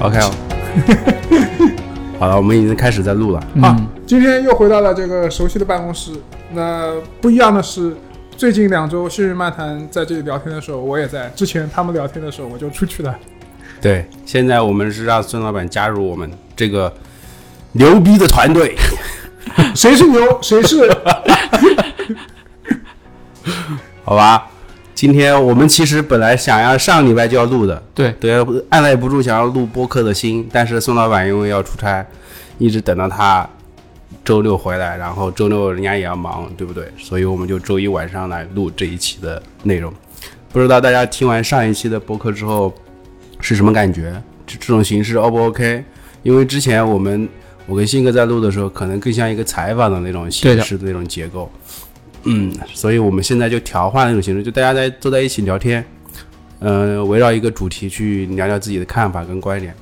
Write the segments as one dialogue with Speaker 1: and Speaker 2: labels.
Speaker 1: OK，好了，我们已经开始在录了。
Speaker 2: 好，
Speaker 3: 嗯
Speaker 2: 今天又回到了这个熟悉的办公室。那不一样的是，最近两周《幸运漫谈》在这里聊天的时候，我也在；之前他们聊天的时候，我就出去 了。
Speaker 1: 对，现在我们是让孙老板加入我们这个牛逼的团队。
Speaker 2: 谁是牛，谁是
Speaker 1: 好吧，今天我们其实本来想要上礼拜就要录的，
Speaker 3: 对
Speaker 1: 对，按耐不住想要录播客的心，但是宋老板因为要出差，一直等到他周六回来，然后周六人家也要忙，对不对？所以我们就周一晚上来录这一期的内容。不知道大家听完上一期的播客之后是什么感觉？这这种形式 O 不 OK？因为之前我们我跟新哥在录的时候，可能更像一个采访的那种
Speaker 3: 对
Speaker 1: 形
Speaker 3: 的
Speaker 1: 式的那种结构。嗯，所以我们现在就调换了一种形式，就大家在坐在一起聊天，呃，围绕一个主题去聊聊自己的看法跟观点。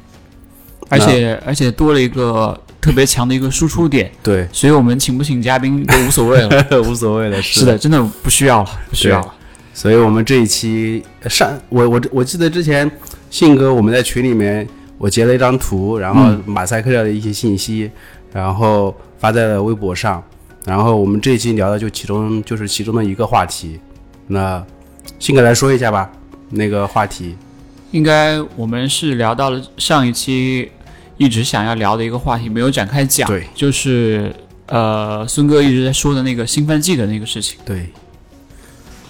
Speaker 3: 而且而且多了一个特别强的一个输出点，
Speaker 1: 对，
Speaker 3: 所以我们请不请嘉宾都无所谓了。
Speaker 1: 无所谓的，
Speaker 3: 是的，真的不需要了，不需要了。
Speaker 1: 所以我们这一期呃上，我我我记得之前信哥我们在群里面，我截了一张图，然后马赛克掉的一些信息，然后发在了微博上。然后我们这一期聊的就其中就是其中的一个话题，那信哥来说一下吧，那个话题，
Speaker 3: 应该我们是聊到了上一期一直想要聊的一个话题，没有展开讲，
Speaker 1: 对，
Speaker 3: 就是呃，孙哥一直在说的那个兴奋剂的那个事情，
Speaker 1: 对，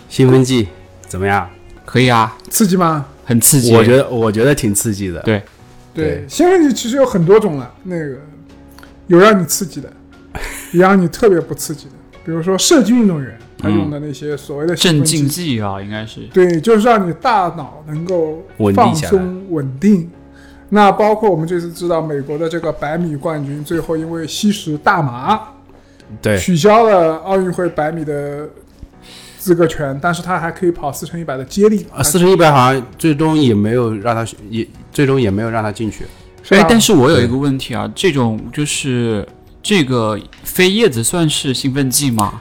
Speaker 1: 兴奋剂怎么样？
Speaker 3: 可以啊，
Speaker 2: 刺激 吗？
Speaker 3: 很刺激，
Speaker 1: 我觉得我觉得挺刺激的，
Speaker 3: 对，
Speaker 2: 对，
Speaker 1: 对
Speaker 2: 兴奋剂其实有很多种了，那个有让你刺激 的，也让你特别不刺激的。比如说射击运动员，他用的那些所谓的兴
Speaker 3: 镇
Speaker 2: 奋
Speaker 3: 静
Speaker 2: 剂，
Speaker 3: 剂啊，应该是
Speaker 2: 对，就是让你大脑能够
Speaker 1: 稳定
Speaker 2: 放
Speaker 1: 下来
Speaker 2: 松、稳定。那包括我们这次知道美国的这个百米冠军，最后因为吸食大麻
Speaker 1: 对
Speaker 2: 取消了奥运会百米的资格权，但是他还可以跑四乘一百的接力
Speaker 1: 啊，四乘一百好像最终也没有让他选也最终也没有让他进去。
Speaker 2: 是
Speaker 3: 哎
Speaker 1: 啊
Speaker 2: 吧，
Speaker 3: 但是我有一个问题啊，这种就是这个飞叶子算是兴奋剂吗？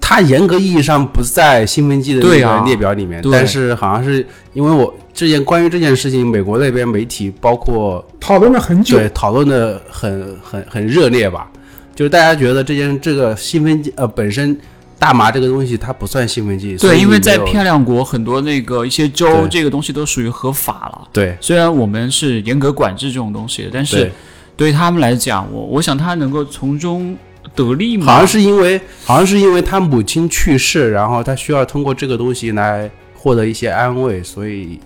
Speaker 1: 它严格意义上不在兴奋剂的那
Speaker 3: 对
Speaker 1: 个
Speaker 3: 啊
Speaker 1: 列表里面，
Speaker 3: 对
Speaker 1: 但是好像是因为我之前关于这件事情，美国那边媒体包括
Speaker 2: 讨论了很久，
Speaker 1: 对讨论的很很很热烈吧，就是大家觉得这件这个兴奋剂呃本身大麻这个东西它不算兴奋剂，所
Speaker 3: 对，
Speaker 1: 以
Speaker 3: 因为在
Speaker 1: 没有
Speaker 3: 漂亮国很多那个一些州，
Speaker 1: 对
Speaker 3: 这个东西都属于合法了。
Speaker 1: 对
Speaker 3: 虽然我们是严格管制这种东西的，但是
Speaker 1: 对，
Speaker 3: 对于他们来讲，我我想他能够从中得利吗？
Speaker 1: 好像是因为好像是因为他母亲去世，然后他需要通过这个东西来获得一些安慰，所以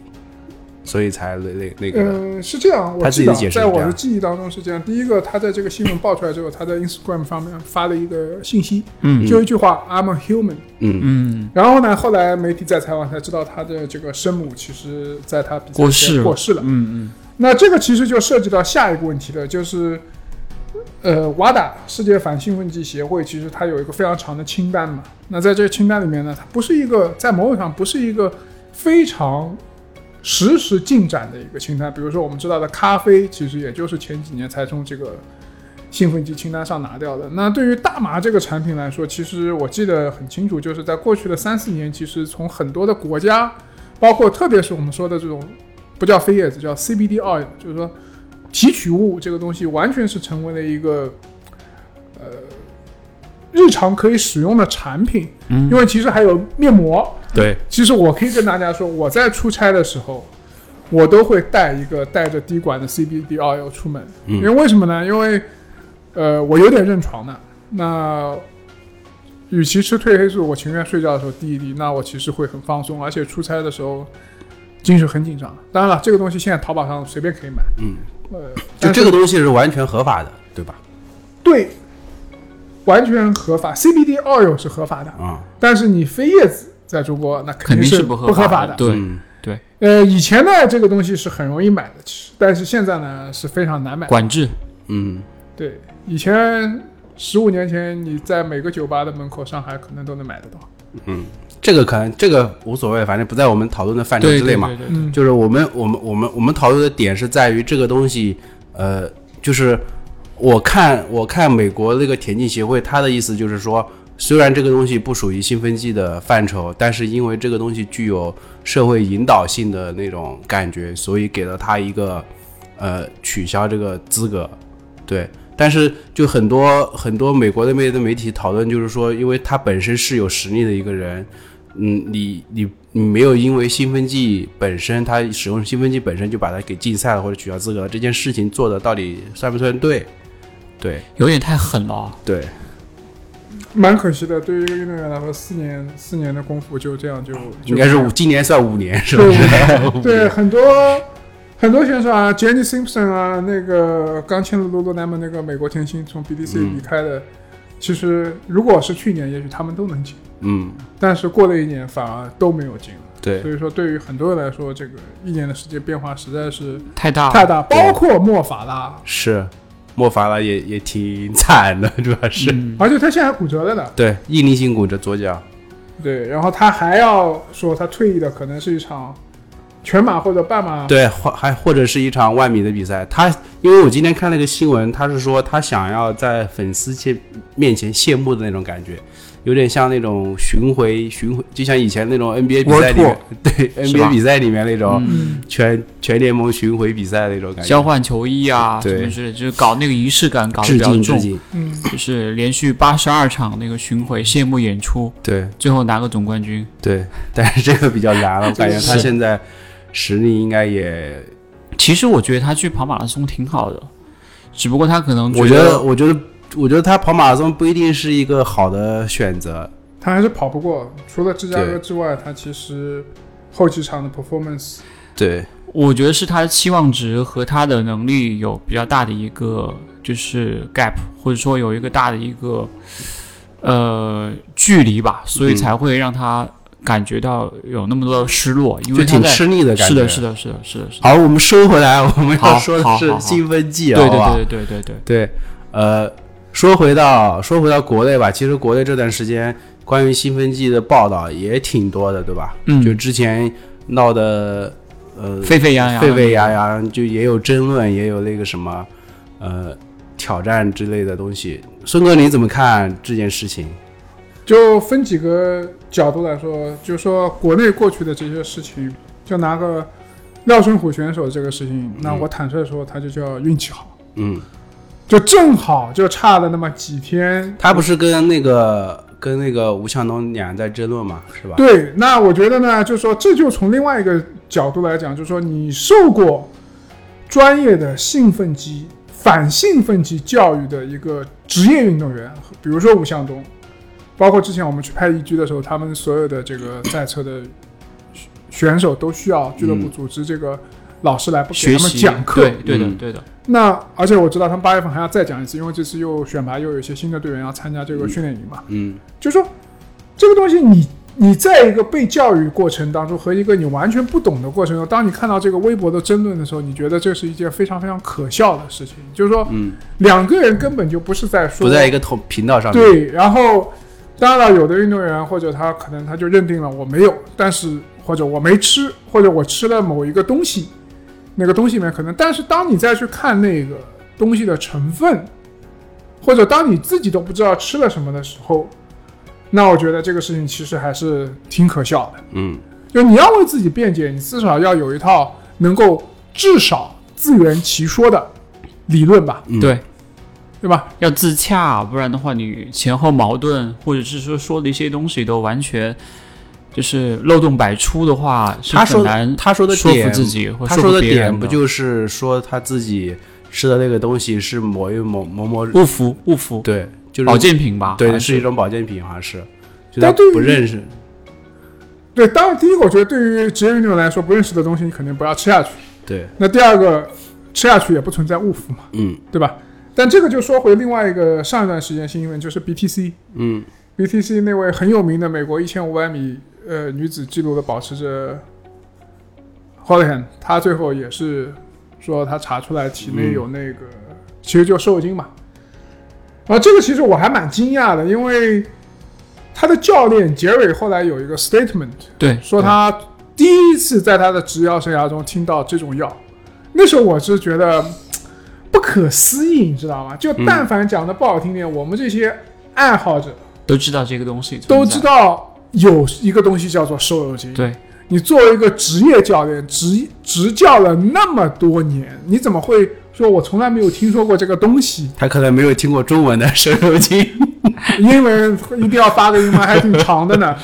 Speaker 1: 所以才那那那个的。
Speaker 2: 嗯，是这样，我
Speaker 1: 他自己
Speaker 2: 记
Speaker 1: 的
Speaker 2: 得
Speaker 1: 解释是
Speaker 2: 在我
Speaker 1: 这
Speaker 2: 的
Speaker 1: 样
Speaker 2: 记忆当中是这样。第一个，他在这个新闻爆出来之后，他在 Instagram 方面发了一个信息，
Speaker 3: 嗯
Speaker 2: 就一句话 “I'm a human”。
Speaker 1: 嗯，
Speaker 3: 嗯，
Speaker 2: 然后呢，后来媒体在采访才知道，他的这个生母其实在他比赛
Speaker 3: 过
Speaker 2: 前
Speaker 3: 世了，
Speaker 2: 过世了。
Speaker 3: 嗯嗯，
Speaker 2: 那这个其实就涉及到下一个问题了，就是，呃，瓦达世界反兴奋剂协会其实它有一个非常长的清单嘛。那在这个清单里面呢，它不是一个在某种上不是一个非常实时进展的一个清单。比如说我们知道的咖啡，其实也就是前几年才从这个兴奋剂清单上拿掉的。那对于大麻这个产品来说，其实我记得很清楚，就是在过去的三四年，其实从很多的国家，包括特别是我们说的这种不叫飞叶子，叫 CBD oil，就是说提取物这个东西完全是成为了一个呃日常可以使用的产品。
Speaker 3: 嗯
Speaker 2: 因为其实还有面膜，
Speaker 1: 对，
Speaker 2: 其实我可以跟大家说，我在出差的时候，我都会带一个带着滴管的 CBD oil 出门，
Speaker 1: 嗯
Speaker 2: 因为为什么呢？因为呃，我有点认床的，那与其吃褪黑素，我情愿睡觉的时候滴一滴，那我其实会很放松，而且出差的时候精神很紧张。当然了，这个东西现在淘宝上随便可以买，
Speaker 1: 嗯，
Speaker 2: 呃，
Speaker 1: 就
Speaker 2: 但是
Speaker 1: 这个东西是完全合法的，对吧？
Speaker 2: 对，完全合法，CBD oil 是合法的，
Speaker 1: 啊、
Speaker 2: 但是你飞叶子在中国那
Speaker 3: 肯定
Speaker 2: 是
Speaker 3: 是不
Speaker 2: 合
Speaker 3: 合
Speaker 2: 法
Speaker 3: 的，
Speaker 2: 的。
Speaker 3: 对
Speaker 1: 嗯
Speaker 3: 对，
Speaker 2: 呃，以前呢，这个东西是很容易买的，其实，但是现在呢是非常难买。
Speaker 3: 管制，
Speaker 1: 嗯，
Speaker 2: 对，以前十五年前你在每个酒吧的门口，上海可能都能买得到。
Speaker 1: 嗯，这个可能这个无所谓，反正不在我们讨论的范畴
Speaker 3: 对
Speaker 1: 之内嘛。
Speaker 3: 对对对
Speaker 2: 嗯，
Speaker 1: 就是我们我们我们我们讨论的点是在于这个东西，呃，就是我看我看美国那个田径协会，他的意思就是说，虽然这个东西不属于兴奋剂的范畴，但是因为这个东西具有社会引导性的那种感觉，所以给了他一个呃取消这个资格，对。但是，就很多很多美国的媒的媒体讨论，就是说，因为他本身是有实力的一个人，嗯，你你你没有因为兴奋剂本身，它使用兴奋剂本身就把它给禁赛了或者取消资格了，这件事情做的到底算不算对？对
Speaker 3: 有点太狠了啊。
Speaker 1: 对，
Speaker 2: 蛮可惜的，对于一个运动员来说，四年四年的功夫就这样就
Speaker 1: 应该是五，
Speaker 2: 就
Speaker 1: 今年算五年是吧
Speaker 2: 对？对很多很多选手啊，Jenny Simpson 啊，那个刚签了罗罗南门那个美国田星从 BDC
Speaker 1: 嗯
Speaker 2: 离开的，其实如果是去年，也许他们都能进，
Speaker 1: 嗯，
Speaker 2: 但是过了一年反而都没有进。
Speaker 1: 对
Speaker 2: 所以说，对于很多人来说，这个一年的世界变化实在是
Speaker 1: 嗯
Speaker 3: 太大了，
Speaker 2: 太
Speaker 1: 啊
Speaker 2: 大，包括莫法拉，
Speaker 1: 是，莫法拉也也挺惨的，主要是、
Speaker 3: 嗯
Speaker 2: 而且他现在还骨折了呢。
Speaker 1: 对应力性骨折左脚，
Speaker 2: 对，然后他还要说他退役的可能是一场全马或者半马。
Speaker 1: 对，或还或者是一场万米的比赛。他因为我今天看了一个新闻，他是说他想要在粉丝界面前谢幕的那种感觉，有点像那种巡回巡回，就像以前那种 NBA 比
Speaker 3: World
Speaker 1: 赛里面
Speaker 3: Tour
Speaker 1: 对
Speaker 3: 是吧
Speaker 1: NBA 比赛里面那种
Speaker 2: 嗯
Speaker 3: 嗯，
Speaker 1: 全、全联盟巡回比赛那种感觉。
Speaker 3: 交换球衣啊，
Speaker 1: 对
Speaker 3: 什么之类，就是搞那个仪式感搞得
Speaker 1: 致
Speaker 3: 比较
Speaker 1: 敬致
Speaker 3: 重，
Speaker 1: 敬，
Speaker 2: 嗯，
Speaker 3: 就是连续八十二场那个巡回谢幕演出，
Speaker 1: 对
Speaker 3: 最后拿个总冠军。
Speaker 1: 对，但是这个比较难了，我感觉他
Speaker 3: 是
Speaker 1: 现在实力应该也，
Speaker 3: 其实我觉得他去跑马拉松挺好的，只不过他可能
Speaker 1: 我觉得
Speaker 3: 得
Speaker 1: 我觉得我觉得他跑马拉松不一定是一个好的选择，
Speaker 2: 他还是跑不过，除了芝加哥
Speaker 1: 对
Speaker 2: 之外，他其实后几场的 performance
Speaker 1: 对
Speaker 3: 我觉得是他的期望值和他的能力有比较大的一个就是 gap，或者说有一个大的一个呃距离吧，所以
Speaker 1: 嗯
Speaker 3: 才会让他感觉到有那么多的失落，因
Speaker 1: 就
Speaker 3: 为他
Speaker 1: 挺
Speaker 3: 在
Speaker 1: 吃力的感觉。
Speaker 3: 是的，是的，是的，是的，是的，
Speaker 1: 好，我们收回来，我们要
Speaker 3: 好
Speaker 1: 说的
Speaker 3: 好好
Speaker 1: 是
Speaker 3: 好
Speaker 1: 兴奋剂，啊
Speaker 3: 对
Speaker 1: 好吧？
Speaker 3: 对对对对对
Speaker 1: 对，呃，说回到说回到国内吧，其实国内这段时间关于兴奋剂的报道也挺多的，对吧？
Speaker 3: 嗯
Speaker 1: 就之前闹的呃
Speaker 3: 对，沸沸扬扬，
Speaker 1: 沸沸扬扬，就也有争论，也有那个什么呃挑战之类的东西。孙哥，你怎么看这件事情？
Speaker 2: 就分几个角度来说，就说国内过去的这些事情，就拿个廖胜虎选手这个事情，那我坦率说，他就叫运气好，
Speaker 1: 嗯，
Speaker 2: 就正好就差了那么几天。
Speaker 1: 他不是跟那个跟那个吴向东俩人在争论嘛，是吧？
Speaker 2: 对，那我觉得呢，就说这就从另外一个角度来讲，就说你受过专业的兴奋剂、反兴奋剂教育的一个职业运动员，比如说吴向东，包括之前我们去拍一居的时候，他们所有的这个在册的选选手都需要俱乐部
Speaker 1: 嗯
Speaker 2: 组织这个老师来不给
Speaker 3: 学
Speaker 2: 他们
Speaker 3: 习
Speaker 2: 讲课，
Speaker 3: 对对的
Speaker 1: 嗯
Speaker 3: 对的，
Speaker 2: 那而且我知道他们八月份还要再讲一次，因为这次又选拔又有一些新的队员要参加这个训练营嘛。
Speaker 1: 嗯，
Speaker 2: 就说这个东西你，你在一个被教育过程当中和一个你完全不懂的过程中，当你看到这个微博的争论的时候，你觉得这是一件非常非常可笑的事情，就是说，
Speaker 1: 嗯，
Speaker 2: 两个人根本就不是在说
Speaker 1: 不在一个同频道上面。
Speaker 2: 对，然后当然了，有的运动员或者他可能他就认定了我没有，但是或者我没吃，或者我吃了某一个东西，那个东西里面可能，但是当你再去看那个东西的成分，或者当你自己都不知道吃了什么的时候，那我觉得这个事情其实还是挺可笑的。
Speaker 1: 嗯，
Speaker 2: 就你要为自己辩解，你至少要有一套能够至少自圆其说的理论吧，
Speaker 1: 嗯
Speaker 3: 对。
Speaker 2: 对吧？
Speaker 3: 要自洽，不然的话，你前后矛盾，或者是说说的一些东西都完全就是漏洞百出的话，是
Speaker 1: 他说
Speaker 3: 很难
Speaker 1: 他说的
Speaker 3: 说服
Speaker 1: 点
Speaker 3: 自己或
Speaker 1: 他
Speaker 3: 说
Speaker 1: 说
Speaker 3: 服
Speaker 1: 的
Speaker 3: 别人
Speaker 1: 点不就是说他自己吃的那个东西是某一某某某
Speaker 3: 误服误服
Speaker 1: 对，就是
Speaker 3: 哦保健品吧？
Speaker 1: 对，
Speaker 3: 还
Speaker 1: 是一种保健品，好像是，就他
Speaker 2: 但对于
Speaker 1: 不认识，
Speaker 2: 对，当然，第一个，我觉得对于职业运动员来说，不认识的东西你肯定不要吃下去。
Speaker 1: 对，
Speaker 2: 那第二个，吃下去也不存在误服嘛，
Speaker 1: 嗯
Speaker 2: 对吧？但这个就说回另外一个上一段时间新闻，就是 BTC，BTC
Speaker 1: 嗯，
Speaker 2: 那位很有名的美国一千五百米呃女子纪录的保持者 Holihan，她最后也是说她查出来体内有那个，其实就受精嘛。啊，这个其实我还蛮惊讶的，因为他的教练杰瑞后来有一个 statement，
Speaker 3: 对，
Speaker 2: 说他第一次在他的执教生涯中听到这种药，那时候我是觉得嘖不可思议，你知道吗？就
Speaker 1: 嗯
Speaker 2: 但凡讲的不好听点，我们这些爱好者
Speaker 3: 都知道这个东西存在，
Speaker 2: 都知道有一个东西叫做瘦肉精。
Speaker 3: 对，
Speaker 2: 你作为一个职业教练，执执教了那么多年，你怎么会说我从来没有听说过这个东西？
Speaker 1: 他可能没有听过中文的 瘦肉精，
Speaker 2: 英文一定要发个音吗？还挺长的呢。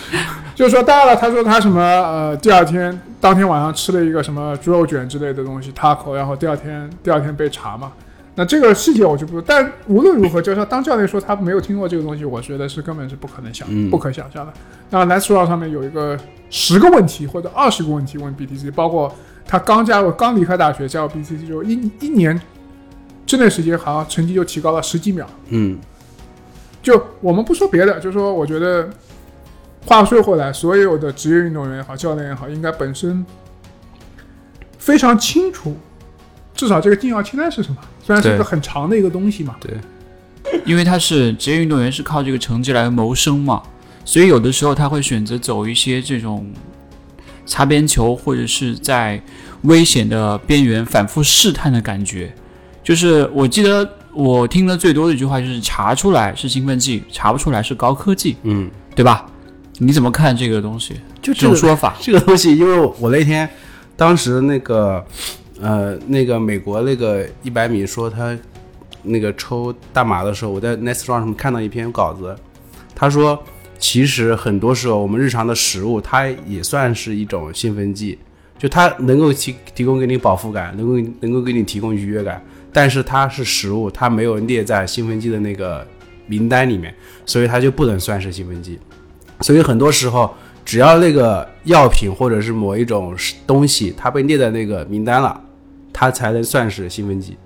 Speaker 2: 就是说，当然了，他说他什么呃，第二天当天晚上吃了一个什么猪肉卷之类的东西 taco，然后第二天第二天被查嘛。那这个细节我就不，但无论如何，就是说当教练说他没有听过这个东西，我觉得是根本是不可能想、
Speaker 1: 嗯
Speaker 2: 不可想象的。那 l e t s r o 上面有一个十个问题或者二十个问题问 BTC，包括他刚加入刚离开大学加入 BTC 之后一一年之内时间，好像成绩就提高了十几秒。
Speaker 1: 嗯
Speaker 2: 就我们不说别的，就说我觉得，话说回来，所有的职业运动员也好，教练也好，应该本身非常清楚，至少这个禁药清单是什么。虽然是一个
Speaker 1: 对
Speaker 2: 很长的一个东西嘛，
Speaker 3: 因为他是职业运动员，是靠这个成绩来谋生嘛，所以有的时候他会选择走一些这种擦边球，或者是在危险的边缘反复试探的感觉。就是我记得我听的最多的一句话就是查出来是兴奋剂，查不出来是高科技，
Speaker 1: 嗯，
Speaker 3: 对吧？你怎么看这个东西？
Speaker 1: 就
Speaker 3: 这种说法，
Speaker 1: 这个东西，因为我那天当时那个呃那个美国那个一百米说他那个抽大麻的时候，我在 Next Round 上面看到一篇稿子，他说其实很多时候我们日常的食物它也算是一种兴奋剂，就它能够提提供给你饱腹感，能够能够给你提供愉悦感，但是它是食物，它没有列在兴奋剂的那个名单里面，所以它就不能算是兴奋剂。所以很多时候，只要那个药品或者是某一种东西，它被列在那个名单了，它才能算是兴奋剂。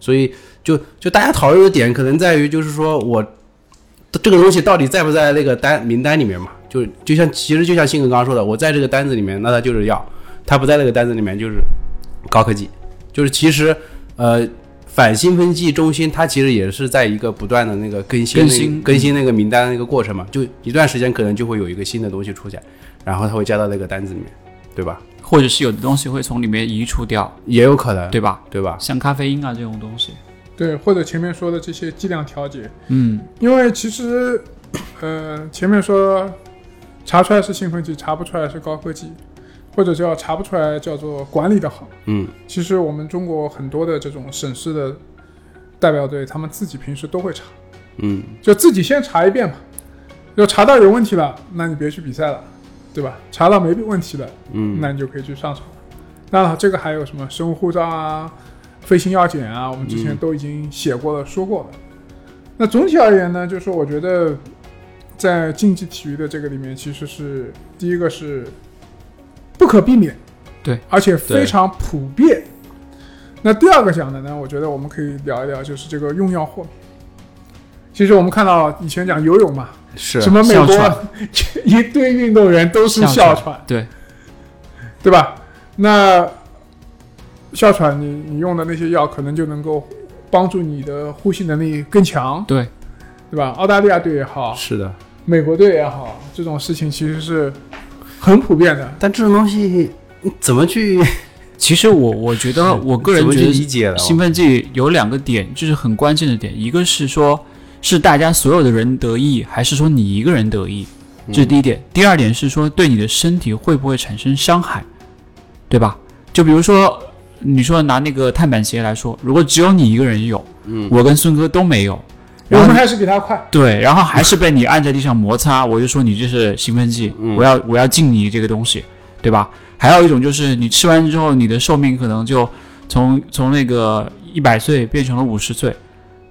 Speaker 1: 所以就就大家讨论的点可能在于，就是说我这个东西到底在不在那个单名单里面嘛？就就像其实就像新哥刚刚说的，我在这个单子里面，那它就是药；它不在那个单子里面，就是高科技。就是其实呃，反兴奋剂中心它其实也是在一个不断的那个更新那
Speaker 3: 更新
Speaker 1: 更新那个名单的一个过程嘛，就一段时间可能就会有一个新的东西出现，然后它会加到那个单子里面，对吧？
Speaker 3: 或者是有的东西会从里面移除掉，
Speaker 1: 也有可能，
Speaker 3: 对吧？
Speaker 1: 对吧？
Speaker 3: 像咖啡因啊这种东西，
Speaker 2: 对，或者前面说的这些剂量调节，
Speaker 3: 嗯，
Speaker 2: 因为其实，呃，前面说查出来是兴奋剂，查不出来是高科技，或者叫查不出来叫做管理的好。
Speaker 1: 嗯，
Speaker 2: 其实我们中国很多的这种省市的代表队，他们自己平时都会查。
Speaker 1: 嗯，
Speaker 2: 就自己先查一遍吧。就查到有问题了，那你别去比赛了，对吧？查到没问题了，
Speaker 1: 嗯，
Speaker 2: 那你就可以去上场了。当然了，这个还有什么生物护照啊、飞行药检啊，我们之前
Speaker 1: 嗯
Speaker 2: 都已经写过了、说过了。那总体而言呢，就是我觉得在竞技体育的这个里面，其实是第一个是不可避免，
Speaker 3: 对，
Speaker 2: 而且非
Speaker 1: 对
Speaker 2: 常普遍。那第二个讲的呢，我觉得我们可以聊一聊，就是这个用药豁免。其实我们看到以前讲游泳嘛，
Speaker 1: 是
Speaker 2: 什么美
Speaker 3: 哮
Speaker 2: 国
Speaker 3: 喘
Speaker 2: 一堆运动员都是哮
Speaker 3: 哮
Speaker 2: 喘，
Speaker 3: 对，
Speaker 2: 对吧？那哮喘你你用的那些药可能就能够帮助你的呼吸能力更强，
Speaker 3: 对
Speaker 2: 对吧？澳大利亚队也好，
Speaker 1: 是的，
Speaker 2: 美国队也好，这种事情其实是很普遍的。
Speaker 1: 但这种东西你怎么去？
Speaker 3: 其实我我觉得，我个人
Speaker 1: 怎么
Speaker 3: 觉
Speaker 1: 去
Speaker 3: 得
Speaker 1: 理解了？
Speaker 3: 兴奋剂有两个点，就是很关键的点，一个是说是大家所有的人得益，还是说你一个人得益，
Speaker 1: 嗯
Speaker 3: 这是第一点。第二点是说对你的身体会不会产生伤害，对吧？就比如说你说拿那个碳板鞋来说，如果只有你一个人有，
Speaker 1: 嗯
Speaker 3: 我跟孙哥都没有，
Speaker 2: 我
Speaker 3: 然后
Speaker 2: 们还是比他快，
Speaker 3: 对，然后还是被你按在地上摩 擦，我就说你这是兴奋剂，
Speaker 1: 嗯
Speaker 3: 我要我要禁你这个东西，对吧？还有一种就是你吃完之后，你的寿命可能就从从那个一百岁变成了五十岁，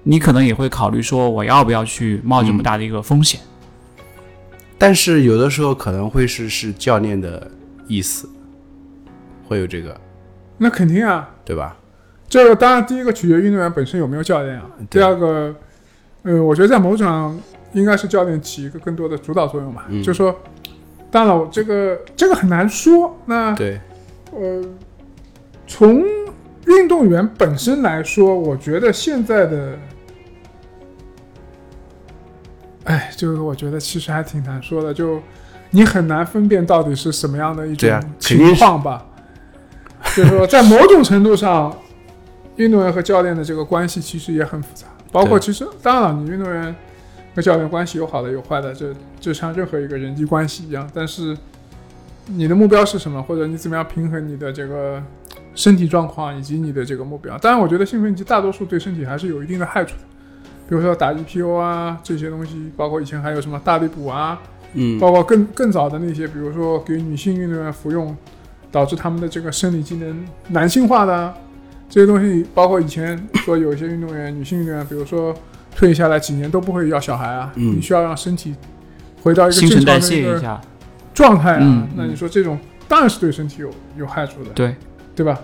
Speaker 3: 你可能也会考虑说我要不要去冒这么大的一个风险？
Speaker 1: 嗯但是有的时候可能会是是教练的意思，会有这个，
Speaker 2: 那肯定啊。
Speaker 1: 对吧？
Speaker 2: 这个当然第一个取决于运动员本身有没有教练啊，第
Speaker 1: 对
Speaker 2: 二个，呃，我觉得在某种上应该是教练起一个更多的主导作用吧，
Speaker 1: 嗯
Speaker 2: 就说，当然了，这个这个很难说。那
Speaker 1: 对，
Speaker 2: 呃，从运动员本身来说，我觉得现在的，哎，这个我觉得其实还挺难说的，就你很难分辨到底是什么样的一
Speaker 1: 对啊
Speaker 2: 种
Speaker 1: 肯定
Speaker 2: 情
Speaker 1: 是
Speaker 2: 况吧。就是说，在某种程度上，运动员和教练的这个关系其实也很复 杂，包括
Speaker 1: 对
Speaker 2: 其实当然了，你运动员和教练关系有好的有坏的，这就像任何一个人际关系一样，但是你的目标是什么，或者你怎么样平衡你的这个身体状况以及你的这个目标。当然，我觉得兴奋剂大多数对身体还是有一定的害处的，比如说打 EPO 啊这些东西，包括以前还有什么大力补啊，
Speaker 1: 嗯，
Speaker 2: 包括更更早的那些，比如说给女性运动员服用，导致他们的这个生理机能男性化的啊这些东西，包括以前说有一些运动员，女性运动员，比如说退役下来几年都不会要小孩啊，
Speaker 1: 嗯
Speaker 2: 你需要让身体回到一个
Speaker 3: 新
Speaker 2: 正
Speaker 3: 陈
Speaker 2: 常
Speaker 3: 代
Speaker 2: 的一
Speaker 3: 谢一
Speaker 2: 个
Speaker 3: 下，
Speaker 2: 状态啊，
Speaker 3: 嗯
Speaker 2: 那你说这种当然是对身体有有害处的，
Speaker 3: 对，
Speaker 2: 对吧？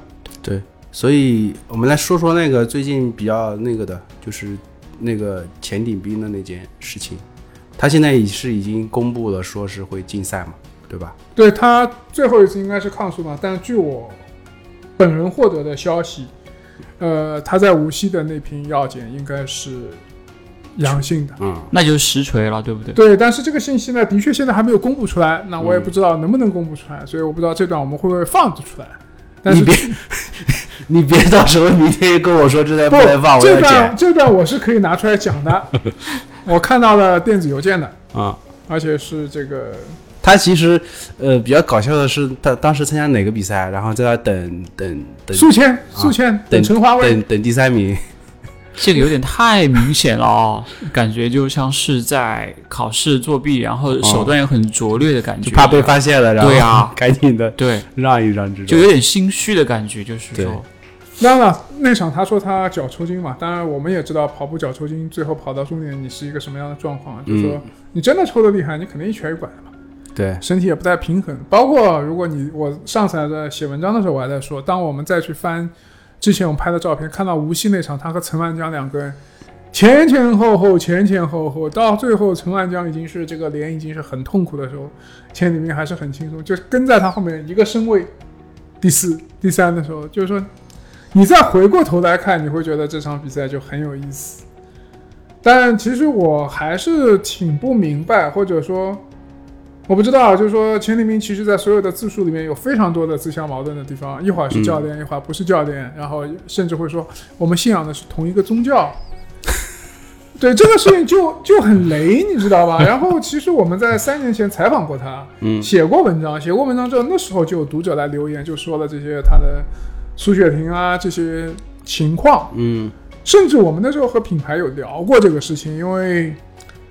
Speaker 1: 所以我们来说说那个最近比较那个的，就是那个前顶兵的那件事情，他现在也是已经公布了，说是会禁赛嘛，对吧？
Speaker 2: 对他最后一次应该是抗诉嘛，但据我本人获得的消息，呃，他在无锡的那瓶药检应该是阳性的。
Speaker 1: 嗯，
Speaker 3: 那就是实锤了，对不对？
Speaker 2: 对，但是这个信息呢，的确现在还没有公布出来，那我也
Speaker 1: 嗯
Speaker 2: 不知道能不能公布出来，所以我不知道这段我们会不会放出来。但
Speaker 1: 你
Speaker 2: 是
Speaker 1: 别， 你别到时候明天跟我说这段不能放，我
Speaker 2: 这
Speaker 1: 要剪
Speaker 2: 段这段我是可以拿出来 讲的，我看到了电子邮件的，
Speaker 1: 啊。
Speaker 2: 而且是这个
Speaker 1: 他其实呃比较搞笑的是，他当时参加哪个比赛，然后在那等等等啊
Speaker 2: 宿迁宿迁
Speaker 1: 等
Speaker 2: 陈花薇，
Speaker 1: 等等第三 名，
Speaker 3: 这个有点太明显 了啊、感觉就像是在考试作弊，然后手段也很拙劣的感觉，
Speaker 1: 就怕被。发现了，然后
Speaker 3: 对啊
Speaker 1: 赶紧的
Speaker 3: 对，
Speaker 1: 让一让这
Speaker 3: 就
Speaker 1: 种。
Speaker 3: 有点心虚的感觉，就是
Speaker 1: 对
Speaker 3: 说，
Speaker 2: 当然了，那场他说他脚抽筋嘛，当然我们也知道跑步脚抽筋，最后跑到终点你是一个什么样的状况啊，就是说
Speaker 1: 嗯
Speaker 2: 你真的抽的厉害，你肯定一瘸一拐的嘛，
Speaker 1: 对，
Speaker 2: 身体也不太平衡。包括如果你我上次还在写文章的时候，我还在说，当我们再去翻之前我们拍的照片，看到无锡那场，他和陈万江两个人前前后后，前前后后，到最后陈万江已经是这个脸已经是很痛苦的时候，钱里面还是很轻松，就跟在他后面一个身位，第四、第三的时候，就是说，你再回过头来看，你会觉得这场比赛就很有意思。但其实我还是挺不明白，或者说我不知道，就是说钱理明其实在所有的自述里面有非常多的自相矛盾的地方，一会儿是教练，一会儿不是教练，然后甚至会说我们信仰的是同一个宗教。对这个事情就就很雷，你知道吧？然后其实我们在三年前采访过他，
Speaker 1: 嗯
Speaker 2: 写过文章，写过文章之后，那时候就有读者来留言，就说了这些他的苏雪婷啊这些情况，
Speaker 1: 嗯
Speaker 2: 甚至我们那时候和品牌有聊过这个事情，因为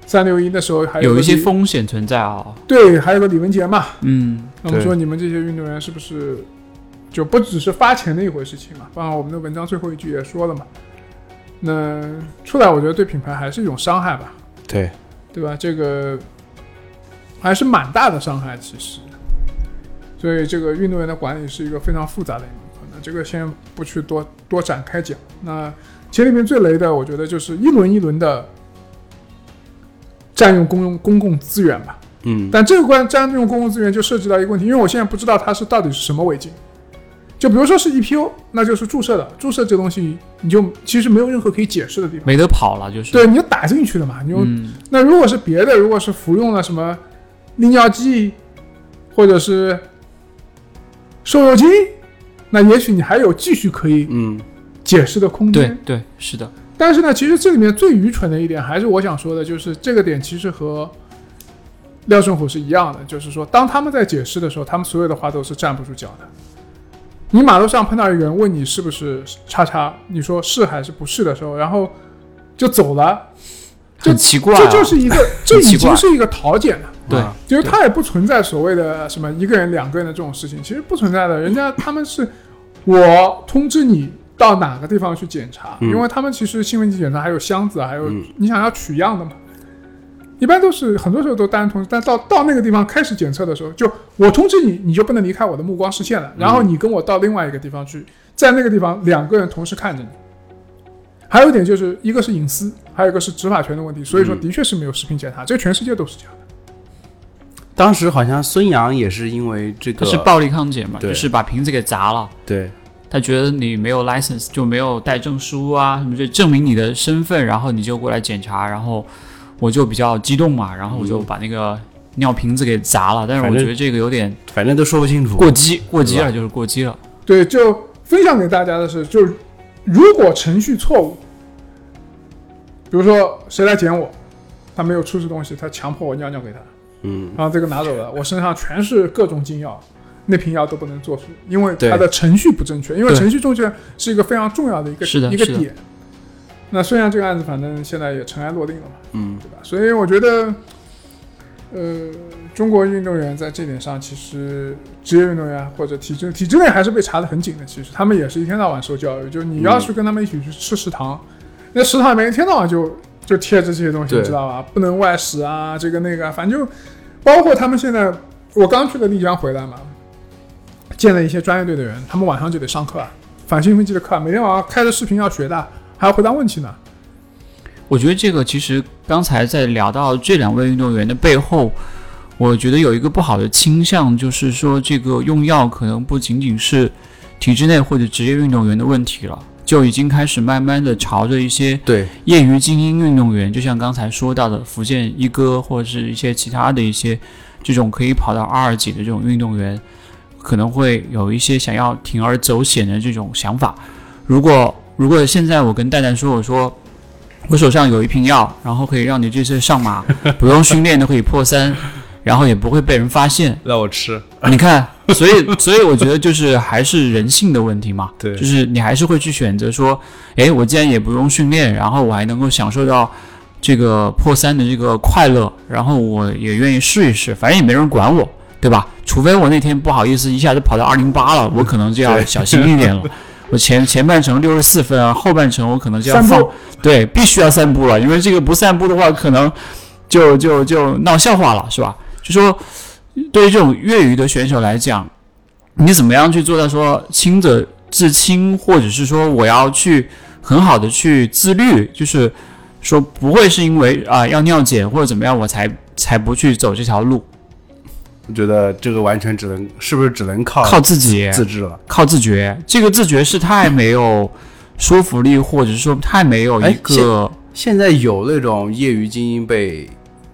Speaker 2: 三六一那时候还
Speaker 3: 有
Speaker 2: 个
Speaker 3: 一些
Speaker 2: 李
Speaker 3: 风险存在啊、
Speaker 2: 对，还有个李文杰嘛，
Speaker 3: 嗯，
Speaker 2: 那我们
Speaker 1: 对
Speaker 2: 说你们这些运动员是不是就不只是发钱的一回事情嘛？包括我们的文章最后一句也说了嘛，那出来我觉得对品牌还是一种伤害吧，
Speaker 1: 对，
Speaker 2: 对吧？这个还是蛮大的伤害，其实。所以这个运动员的管理是一个非常复杂的一门课，那这个先不去多多展开讲。那其实里面最雷的，我觉得就是一轮一轮的占用公用公共资源吧。
Speaker 1: 嗯
Speaker 2: 但这个关占用公共资源就涉及到一个问题，因为我现在不知道它是到底是什么违禁。就比如说是 EPO，那就是注射的，注射这东西你就其实没有任何可以解释的地方。
Speaker 3: 没得跑了，就是，
Speaker 2: 对，你就打进去了嘛，你就
Speaker 3: 嗯，
Speaker 2: 那如果是别的，如果是服用了什么利尿剂，或者是瘦肉精，那也许你还有继续可以
Speaker 1: 嗯
Speaker 2: 解释的空
Speaker 3: 对
Speaker 2: 间。
Speaker 3: 对，是的，
Speaker 2: 但是呢，其实这里面最愚蠢的一点，还是我想说的，就是这个点其实和廖顺虎是一样的，就是说，当他们在解释的时候，他们所有的话都是站不住脚的。你马路上碰到一个人问你是不是叉叉，你说是还是不是的时候，然后就走了，就
Speaker 3: 很奇怪、啊，
Speaker 2: 这就是 一个，这已
Speaker 3: 奇怪
Speaker 2: 经是一个讨检了。
Speaker 3: 对
Speaker 1: 啊
Speaker 2: 就是它也不存在所谓的什么一个人、两个人的这种事情，其实不存在
Speaker 1: 嗯
Speaker 2: 的。人家他们是，我通知你到哪个地方去检查，
Speaker 1: 嗯
Speaker 2: 因为他们其实新闻局检查还有箱子，啊还有
Speaker 1: 嗯
Speaker 2: 你想要取样的嘛。一般都是很多时候都单通知，但到到那个地方开始检测的时候，就我通知你，你就不能离开我的目光视线
Speaker 1: 嗯
Speaker 2: 了。然后你跟我到另外一个地方去，在那个地方两个人同时看着你。还有一点就是一个是隐私，还有一个是执法权的问题，所以说
Speaker 1: 嗯
Speaker 2: 的确是没有食品检查，这全世界都是这样。
Speaker 1: 当时好像孙杨也是因为这
Speaker 3: 他
Speaker 1: 个
Speaker 3: 是暴力抗检嘛，
Speaker 1: 对
Speaker 3: 就是把瓶子给砸了。
Speaker 1: 对
Speaker 3: 他觉得你没有 license 就没有带证书啊，什么就证明你的身份，然后你就过来检查，然后我就比较激动嘛，然后我就把那个尿瓶子给砸了。但是我
Speaker 1: 反正
Speaker 3: 觉得这个有点
Speaker 1: 反正都说不清楚。
Speaker 3: 过激，过激了就是过激了。
Speaker 2: 对，就分享给大家的是，就是如果程序错误，比如说谁来捡我，他没有出示东西，他强迫我尿尿给他，
Speaker 1: 嗯，
Speaker 2: 然后这个拿走了，我身上全是各种禁药，那瓶药都不能作数，因为它
Speaker 1: 对
Speaker 2: 的程序不正确，因为
Speaker 3: 对
Speaker 2: 程序正确是一个非常重要的一个
Speaker 3: 是的
Speaker 2: 一个
Speaker 3: 是的
Speaker 2: 点。那虽然这个案子反正现在也尘埃落定了嘛，
Speaker 1: 嗯，
Speaker 2: 对吧？所以我觉得，呃，中国运动员在这点上，其实职业运动员或者体制体制内还是被查得很紧的。其实他们也是一天到晚受教育，就是你要
Speaker 3: 嗯
Speaker 2: 去跟他们一起去吃食堂，那食堂里面一天到晚就就贴着这些东西，
Speaker 1: 对
Speaker 2: 你知道吧？不能外食啊，这个那个啊，反正就包括他们现在，我刚去了丽江回来嘛，见了一些专业队的人，他们晚上就得上课啊，反兴奋剂的课啊，每天晚上开着视频要学的，啊还要回答问题呢。
Speaker 3: 我觉得这个其实刚才在聊到这两位运动员的背后，我觉得有一个不好的倾向，就是说这个用药可能不仅仅是体制内或者职业运动员的问题了，就已经开始慢慢的朝着一些
Speaker 1: 对，
Speaker 3: 业余精英运动员，就像刚才说到的福建一哥或者是一些其他的一些这种可以跑到二级的这种运动员，可能会有一些想要铤而走险的这种想法。如果如果现在我跟蛋蛋说，我说我手上有一瓶药，然后可以让你这次上马，不用训练都可以破三，然后也不会被人发现，
Speaker 1: 让我吃，
Speaker 3: 你看，所以所以我觉得就是还是人性的问题嘛。
Speaker 1: 对
Speaker 3: 就是你还是会去选择说，诶，我既然也不用训练，然后我还能够享受到这个破三的这个快乐，然后我也愿意试一试，反正也没人管我，对吧？除非我那天不好意思一下就跑到二零八了，我可能就要
Speaker 1: 对
Speaker 3: 小心一 点了。我前前半程六十四分啊，后半程我可能就要
Speaker 2: 散步
Speaker 3: 放，对，必须要散步了，因为这个不散步的话，可能就就就闹笑话了，是吧？就说对于这种业余的选手来讲，你怎么样去做到说轻者自轻，或者是说我要去很好的去自律，就是说不会是因为啊、要尿检或者怎么样，我才才不去走这条路，
Speaker 1: 我觉得这个完全只能是不是只能靠
Speaker 3: 靠自己，
Speaker 1: 自制了？
Speaker 3: 靠自觉。这个自觉是太没有说服力，或者是说太没有一
Speaker 1: 哎
Speaker 3: 个
Speaker 1: 现在有那种业余精英被，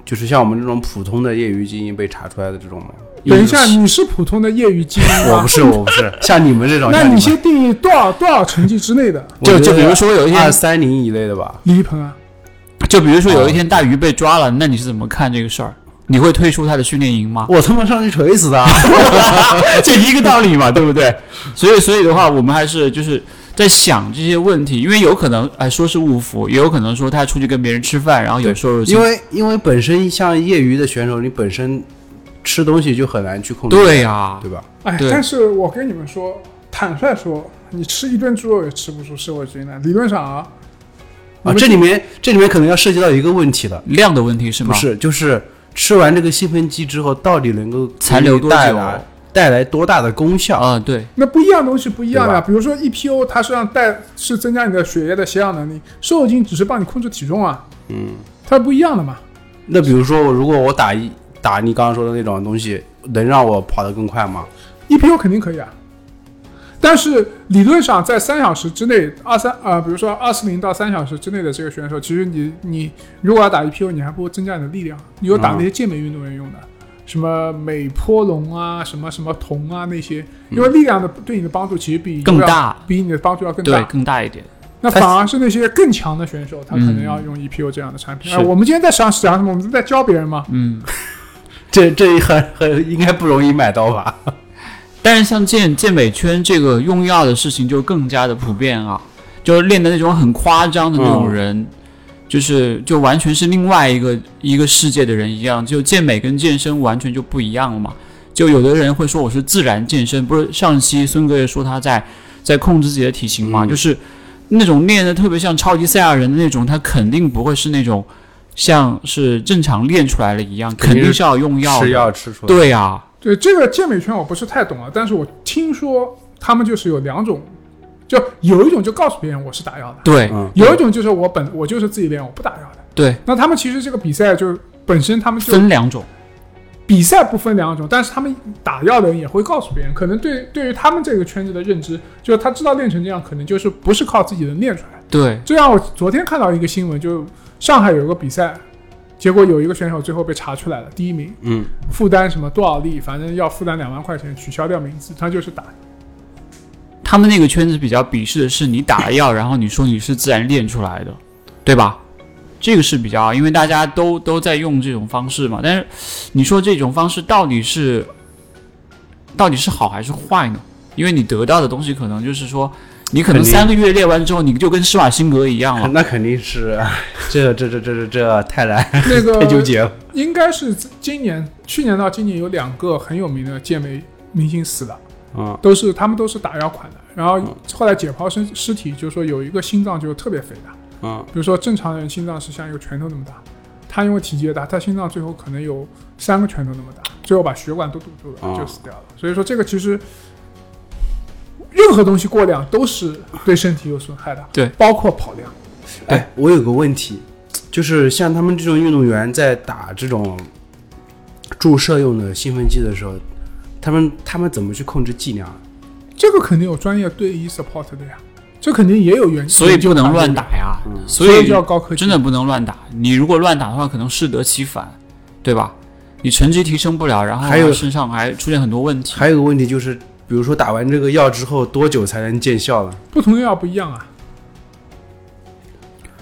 Speaker 1: 就是像我们这种普通的业余精英被查出来的这种吗？
Speaker 2: 等一下，你是普通的业余精英
Speaker 1: 我
Speaker 2: 吗
Speaker 1: 不？是，我不是， 像你们这种，
Speaker 2: 那
Speaker 1: 像
Speaker 2: 你
Speaker 1: 们
Speaker 2: 先定义多少多少成绩之内的
Speaker 3: 就就比如说有一天
Speaker 1: 二，三零一类的吧，
Speaker 2: 李一鹏啊？
Speaker 3: 就比如说有一天大鱼被抓了，那你是怎么看这个事儿？你会退出他的训练营吗？
Speaker 1: 我他妈上去锤死他！
Speaker 3: 这一个道理 嘛，对不对？所以，所以的话，我们还是就是在想这些问题，因为有可能哎说是误服，也有可能说他出去跟别人吃饭，然后有时候
Speaker 1: 因为因为本身像业余的选手，你本身吃东西就很难去控制，
Speaker 3: 对啊呀、
Speaker 1: 对吧？啊
Speaker 2: 哎，
Speaker 3: 对
Speaker 2: 但是我跟你们说，坦率说，你吃一顿猪肉也吃不出社会主义来。理论上啊，
Speaker 1: 啊，
Speaker 2: 你
Speaker 1: 这
Speaker 2: 们
Speaker 1: 里面这里面可能要涉及到一个问题了，
Speaker 3: 量的问题是吗？
Speaker 1: 不是就是吃完这个兴奋剂之后，到底能够
Speaker 3: 残留多久
Speaker 1: 带来带来多大的功效？
Speaker 3: 啊、对，
Speaker 2: 那不一样东西不一样
Speaker 1: 对
Speaker 2: 呀。
Speaker 1: 吧
Speaker 2: 比如说 EPO，它是让带是增加你的血液的携氧能力，瘦肉精只是帮你控制体重啊，
Speaker 1: 嗯，
Speaker 2: 它不一样的嘛。
Speaker 1: 那比如说我如果我打一打你刚刚说的那种东西，能让我跑得更快吗？
Speaker 2: EPO 肯定可以啊，但是理论上在三小时之内，二三啊、呃比如说二四零到三小时之内的这个选手，其实你你如果要打 EPO，你还不如增加你的力量，你有打那些健美运动员用的，什么美波龙啊，什么什么铜啊那些，因为力量的对你的帮助其实比
Speaker 3: 嗯更
Speaker 2: 要
Speaker 3: 大
Speaker 2: 比你的帮助要更
Speaker 3: 对，
Speaker 2: 大。
Speaker 3: 更大一点。
Speaker 2: 那
Speaker 1: 它
Speaker 2: 反而是那些更强的选手，他可
Speaker 3: 嗯
Speaker 2: 能要用 EPO 这样的产品。哎，我们今天在想讲什么？我们在教别人吗？
Speaker 3: 嗯，
Speaker 1: 这这很很应该不容易买到吧？
Speaker 3: 但是像健健美圈这个用药的事情就更加的普遍啊，就是练的那种很夸张的那种人，就是就完全是另外一个一个世界的人一样，就健美跟健身完全就不一样了嘛。就有的人会说我是自然健身，不是上期孙哥也说他在在控制自己的体型嘛，
Speaker 1: 嗯
Speaker 3: 就是那种练的特别像超级赛亚人的那种，他肯定不会是那种像是正常练出来的一样，
Speaker 1: 肯
Speaker 3: 肯
Speaker 1: 定
Speaker 3: 定
Speaker 1: 是
Speaker 3: 是要用药的。
Speaker 1: 吃药吃出来，
Speaker 3: 对呀、
Speaker 2: 对这个健美圈我不是太懂啊，但是我听说他们就是有两种，就有一种就告诉别人我是打药的，
Speaker 3: 对、
Speaker 1: 嗯，
Speaker 2: 有一种就是我本我就是自己练，我不打药的。
Speaker 3: 对，
Speaker 2: 那他们其实这个比赛就本身他们就
Speaker 3: 分两种。
Speaker 2: 比赛不分两种，但是他们打药的人也会告诉别人，可能对对于他们这个圈子的认知，就是他知道练成这样，可能就是不是靠自己能练出来的。
Speaker 3: 对，
Speaker 2: 这让我昨天看到一个新闻，就上海有个比赛，结果有一个选手最后被查出来了，第一名，
Speaker 1: 嗯，
Speaker 2: 负担什么多少例，反正要负担两万块钱，取消掉名字，他就是打。
Speaker 3: 他们那个圈子比较鄙视的是你打了药，然后你说你是自然练出来的，对吧？这个是比较，因为大家都都在用这种方式嘛。但是你说这种方式到底是到底是好还是坏呢？因为你得到的东西可能就是说，你可
Speaker 1: 肯
Speaker 3: 能
Speaker 1: 定
Speaker 3: 三个月练完之后，你就跟施瓦辛格一样了。
Speaker 1: 那肯定是，哎这这这这这这太难，
Speaker 2: 那个
Speaker 1: 太纠结了。
Speaker 2: 应该是今年、去年到今年有两个很有名的健美明星死了，
Speaker 1: 嗯
Speaker 2: 都是他们都是打药款的。然后后来解剖身尸体，就说有一个心脏就特别肥大，
Speaker 1: 嗯
Speaker 2: 比如说正常人心脏是像一个拳头那么大，他因为体积大，他心脏最后可能有三个拳头那么大，最后把血管都堵住了，
Speaker 1: 哦
Speaker 2: 就死掉了。所以说这个其实任何东西过量都是对身体有损害的，
Speaker 3: 对
Speaker 2: 包括跑量。
Speaker 1: 哎，我有个问题，就是像他们这种运动员在打这种注射用的兴奋剂的时候，他们他们怎么去控制剂量啊？
Speaker 2: 这个肯定有专业队医 support 的呀，这肯定也有原因，
Speaker 3: 所以不能乱打呀，
Speaker 1: 嗯
Speaker 3: 所
Speaker 2: 所
Speaker 3: 以
Speaker 2: 以就要高科技
Speaker 3: 真的不能乱打。你如果乱打的话，可能适得其反，对吧？你成绩提升不了，然后
Speaker 1: 还有
Speaker 3: 身上还出现很多问题。
Speaker 1: 还有个问题就是，比如说打完这个药之后多久才能见效呢？
Speaker 2: 不同的药不一样啊。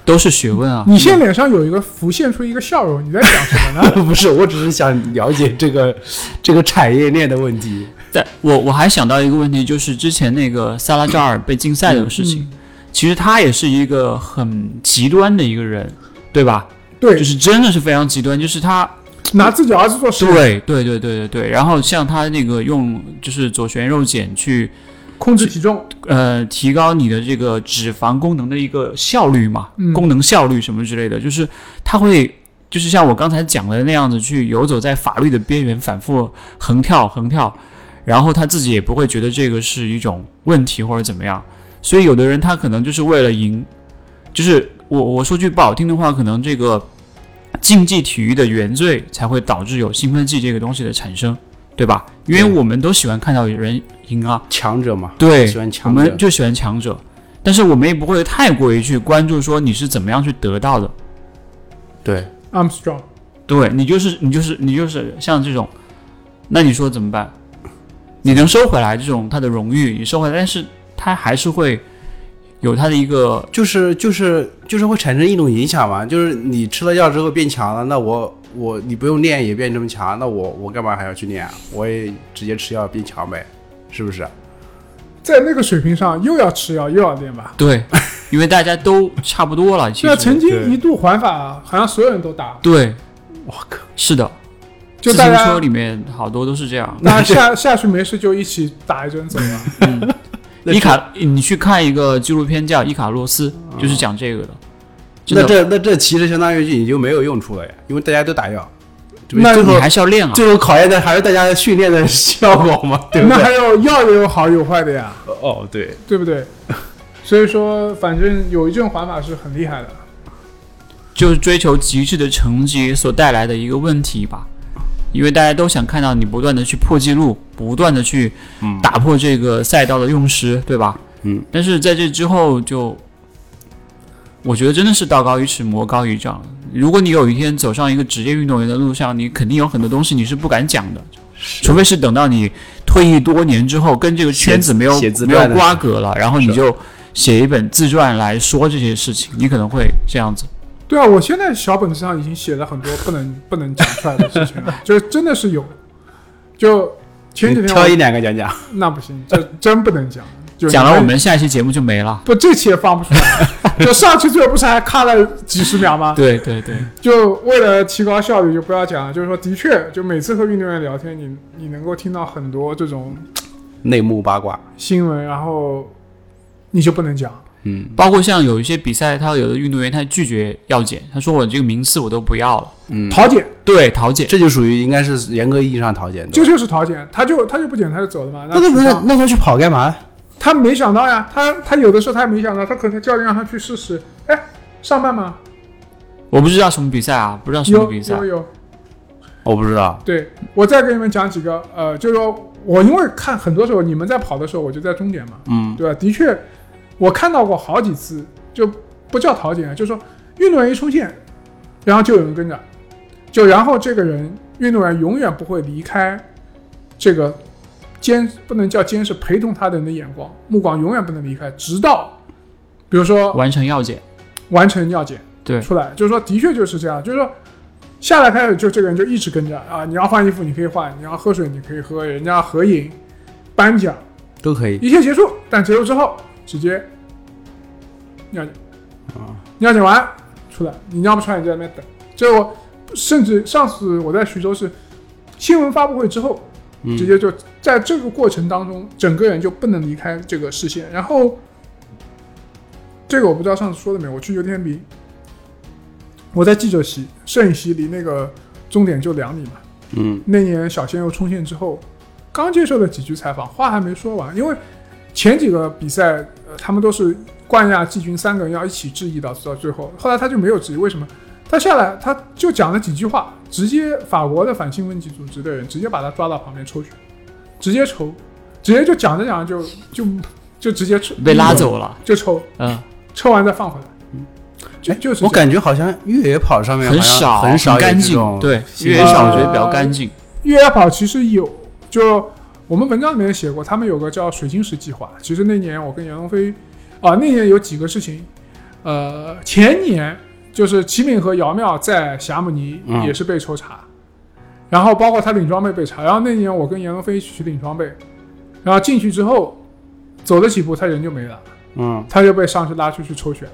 Speaker 3: 都是学问啊！
Speaker 2: 你现在脸上有一个浮现出一个笑容，你在讲什么呢？
Speaker 1: 不是，我只是想了解这个 这个产业链的问题。
Speaker 3: 在我我还想到一个问题，就是之前那个萨拉扎尔被禁赛的事
Speaker 2: 嗯
Speaker 3: 情，其实他也是一个很极端的一个人，对吧？
Speaker 2: 对
Speaker 3: 就，是真的是非常极端，就是他
Speaker 2: 拿自己儿子做实验，
Speaker 3: 对对对对对对，然后像他那个用就是左旋肉碱去
Speaker 2: 控制体重，
Speaker 3: 呃提高你的这个脂肪功能的一个效率嘛，
Speaker 2: 嗯
Speaker 3: 功能效率什么之类的，就是它会就是像我刚才讲的那样子去游走在法律的边缘，反复横跳横跳，然后他自己也不会觉得这个是一种问题或者怎么样，所以有的人他可能就是为了赢，就是我我说句不好听的话，可能这个竞技体育的原罪才会导致有兴奋剂这个东西的产生，对吧？因为
Speaker 1: 对
Speaker 3: 我们都喜欢看到有人赢啊，
Speaker 1: 强者嘛，
Speaker 3: 对，
Speaker 1: 喜欢
Speaker 3: 我
Speaker 1: 强者
Speaker 3: 们。就喜欢强者，但是我们也不会太过于去关注说你是怎么样去得到的。
Speaker 1: 对，
Speaker 2: Armstrong，
Speaker 3: 对你就是你就是你就是像这种，那你说怎么办？你能收回来这种他的荣誉，你收回来，但是他还是会有他的一个
Speaker 1: 就是就是就是会产生一种影响嘛，就是你吃了药之后变强了，那我我你不用练也变这么强，那我我干嘛还要去练啊？我也直接吃药变强呗，是不是？
Speaker 2: 在那个水平上又要吃药又要练吧。
Speaker 3: 对，因为大家都差不多了，其
Speaker 2: 那
Speaker 3: 实
Speaker 2: 曾
Speaker 1: 对
Speaker 2: 经一度环法好像所有人都打，
Speaker 3: 对，
Speaker 1: 我靠，
Speaker 3: 是的，
Speaker 2: 就
Speaker 3: 自
Speaker 2: 大
Speaker 3: 行车
Speaker 2: 家
Speaker 3: 里面好多都是这样。
Speaker 2: 大家下下去没事就一起打一针走 了。
Speaker 1: 那
Speaker 3: 伊卡，你去看一个纪录片叫《伊卡洛斯》，就是讲这个的。真
Speaker 1: 那
Speaker 3: 的，
Speaker 1: 这那这其实相当于你就没有用处了呀，因为大家都打药，对不对
Speaker 2: 那
Speaker 1: 最
Speaker 3: 你
Speaker 1: 后
Speaker 3: 还是要练啊。
Speaker 1: 最后考验的还是大家的训练的效果嘛，对不
Speaker 2: 那
Speaker 1: 对？
Speaker 2: 还有药也有好有坏的呀，
Speaker 1: 哦，对，
Speaker 2: 对不对？所以说，反正有一阵环法是很厉害的。
Speaker 3: 就是追求极致的成绩所带来的一个问题吧，因为大家都想看到你不断的去破纪录，不断的去
Speaker 1: 嗯
Speaker 3: 打破这个赛道的用时，对吧？
Speaker 1: 嗯，
Speaker 3: 但是在这之后就，我觉得真的是道高一尺，魔高一丈。如果你有一天走上一个职业运动员的路上，你肯定有很多东西你是不敢讲的，除非是等到你退役多年之后，跟这个圈子没有
Speaker 1: 写自
Speaker 3: 没有
Speaker 1: 传的时候
Speaker 3: 瓜葛了，然后你
Speaker 1: 是
Speaker 3: 就写一本自传来说这些事情，你可能会这样子。
Speaker 2: 对啊，我现在小本子上已经写了很多不能不能讲出来的事 情了，就真的是有。就前几
Speaker 1: 你
Speaker 2: 天
Speaker 1: 挑一
Speaker 2: 我
Speaker 1: 两个讲讲，
Speaker 2: 那不行，这真不能讲。就
Speaker 3: 讲了，我们下一期节目就没了。
Speaker 2: 不这期也放不出 来，就上期最后不是还卡了几十秒吗？
Speaker 3: 对对对，
Speaker 2: 就为了提高效率，就不要讲了。就是说，的确，就每次和运动员聊天，你你能够听到很多这种
Speaker 1: 内幕八卦，
Speaker 2: 新闻，然后你就不能讲。
Speaker 1: 嗯
Speaker 3: 包括像有一些比赛，他有的运动员他拒绝药检，他说我这个名次我都不要了。
Speaker 1: 嗯，
Speaker 2: 桃姐，
Speaker 3: 对，桃检
Speaker 1: 这就属于应该是严格意义上讨检的。
Speaker 2: 这就是桃姐，她就她就不检，她就走了嘛。
Speaker 1: 那他不
Speaker 2: 取
Speaker 1: 是
Speaker 2: 消
Speaker 1: 那他去跑干嘛？
Speaker 2: 他没想到呀，他他有的时候他也没想到，他可能教练让他去试试，哎，上半嘛，
Speaker 3: 我不知道什么比赛啊，不知道什么
Speaker 2: 有
Speaker 3: 比赛
Speaker 2: 有。有，
Speaker 1: 我不知道。
Speaker 2: 对我再给你们讲几个，呃，就是说我因为看很多时候你们在跑的时候，我就在终点嘛，
Speaker 1: 嗯
Speaker 2: 对吧？的确，我看到过啊好几次，就不叫桃姐，就说运动员一出现，然后就有人跟着，就然后这个人运动员永远不会离开这个监，不能叫监视，陪同他的人的眼光目光永远不能离开，直到比如说
Speaker 3: 完成药检。
Speaker 2: 完成尿检
Speaker 3: 对，
Speaker 2: 出来，就是说的确就是这样，就是说下来开始就这个人就一直跟着啊，你要换衣服你可以换，你要喝水你可以喝，人家合影、颁奖
Speaker 1: 都可以
Speaker 2: 一切结束，但结束之后直接尿检，
Speaker 1: 啊，
Speaker 2: 尿检完出来，你尿不出来你就在那边等。结果甚至上次我在徐州是新闻发布会之后，
Speaker 1: 嗯
Speaker 2: 直接就在这个过程当中，整个人就不能离开这个视线。然后，这个我不知道上次说了没有，我去游天鼻，我在记者席、摄影席离那个终点就两米嘛。
Speaker 1: 嗯
Speaker 2: 那年小鲜肉冲线之后，刚接受了几局采访，话还没说完，因为前几个比赛，呃，他们都是冠亚季军三个人要一起质疑到到最后，后来他就没有质疑，为什么？他下来他就讲了几句话，直接法国的反兴奋剂组织的人直接把他抓到旁边抽血，直接抽，直接就讲着讲着就就就直接抽嗯
Speaker 3: 被拉走嗯了。
Speaker 2: 就抽，
Speaker 3: 嗯，
Speaker 2: 抽完再放回来，就就是
Speaker 1: 我
Speaker 2: 这样
Speaker 1: 感觉好像越野跑上面
Speaker 3: 很
Speaker 1: 好像
Speaker 3: 少，
Speaker 1: 很少有
Speaker 3: 干
Speaker 1: 这
Speaker 3: 净
Speaker 1: 种。啊
Speaker 3: 对，
Speaker 1: 新
Speaker 3: 越野
Speaker 1: 闻
Speaker 3: 跑我觉得比较干净。
Speaker 2: 越野跑其实有，就我们文章里面写过，他们有个叫水晶石计划。其实那年我跟杨龙飞，啊、那年有几个事情，呃，前年就是齐敏和姚妙在霞姆尼
Speaker 1: 嗯
Speaker 2: 也是被抽查，然后包括他领装备被查，然后那年我跟杨龙飞一起去领装备，然后进去之后走了几步，他人就没了，
Speaker 1: 嗯，
Speaker 2: 他就被上司拉出去抽血了。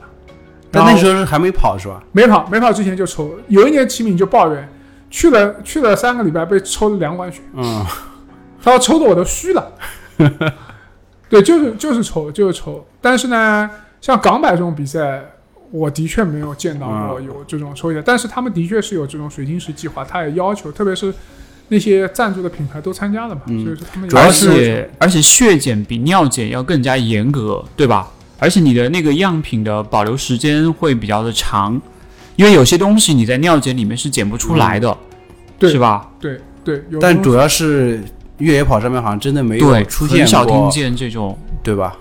Speaker 1: 但
Speaker 2: 然
Speaker 1: 那
Speaker 2: 后
Speaker 1: 时候是还没跑是吧？
Speaker 2: 没跑，没跑之前就抽。有一年齐敏就抱怨，去了去了三个礼拜，被抽了两管血。
Speaker 1: 嗯，
Speaker 2: 他说抽的我都 虚了。对，就是就是抽就是抽，但是呢，像港百这种比赛，我的确没有见到过
Speaker 1: 嗯
Speaker 2: 有这种抽奖，但是他们的确是有这种水晶石计划，他也要求，特别是那些赞助的品牌都参加了嘛，
Speaker 1: 嗯
Speaker 2: 所以说他们也
Speaker 1: 主要
Speaker 3: 而
Speaker 1: 是
Speaker 3: 且而且血检比尿检要更加严格，对吧？而且你的那个样品的保留时间会比较的长，因为有些东西你在尿检里面是检不出来
Speaker 1: 嗯
Speaker 3: 的，
Speaker 2: 对
Speaker 3: 是吧？
Speaker 2: 对对，有
Speaker 1: 但
Speaker 2: 这种
Speaker 1: 主要是越野跑上面好像真的没有
Speaker 3: 对，
Speaker 1: 出
Speaker 3: 很
Speaker 1: 现
Speaker 3: 少听
Speaker 1: 过，
Speaker 3: 见这种，
Speaker 1: 对吧？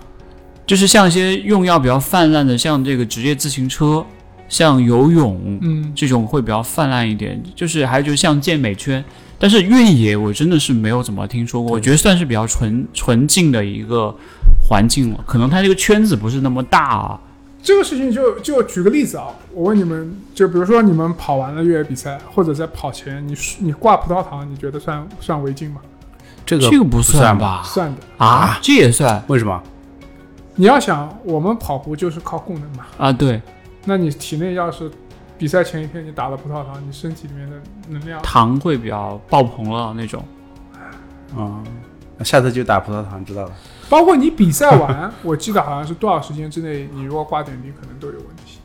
Speaker 3: 就是像一些用药比较泛滥的，像这个职业自行车，像游泳，
Speaker 2: 嗯，
Speaker 3: 这种会比较泛滥一点，就是还有就是像健美圈，但是越野我真的是没有怎么听说过，我觉得算是比较纯纯净的一个环境了，可能它这个圈子不是那么大啊。
Speaker 2: 这个事情就就举个例子啊，我问你们，就比如说你们跑完了越野比赛，或者在跑前你你挂葡萄糖，你觉得算算违禁吗？
Speaker 1: 这个
Speaker 3: 这个不
Speaker 1: 算
Speaker 3: 吧？
Speaker 2: 算的。
Speaker 3: 啊，这也算
Speaker 1: 为什么？
Speaker 2: 你要想，我们跑步就是靠供能嘛。
Speaker 3: 啊？对，
Speaker 2: 那你体内要是比赛前一天你打了葡萄糖，你身体里面的能量，
Speaker 3: 糖会比较爆棚了那种。
Speaker 1: 嗯，下次就打葡萄糖，知道了。
Speaker 2: 包括你比赛 完，我记得好像是多少时间之内，你如果挂点滴，可能都有问题。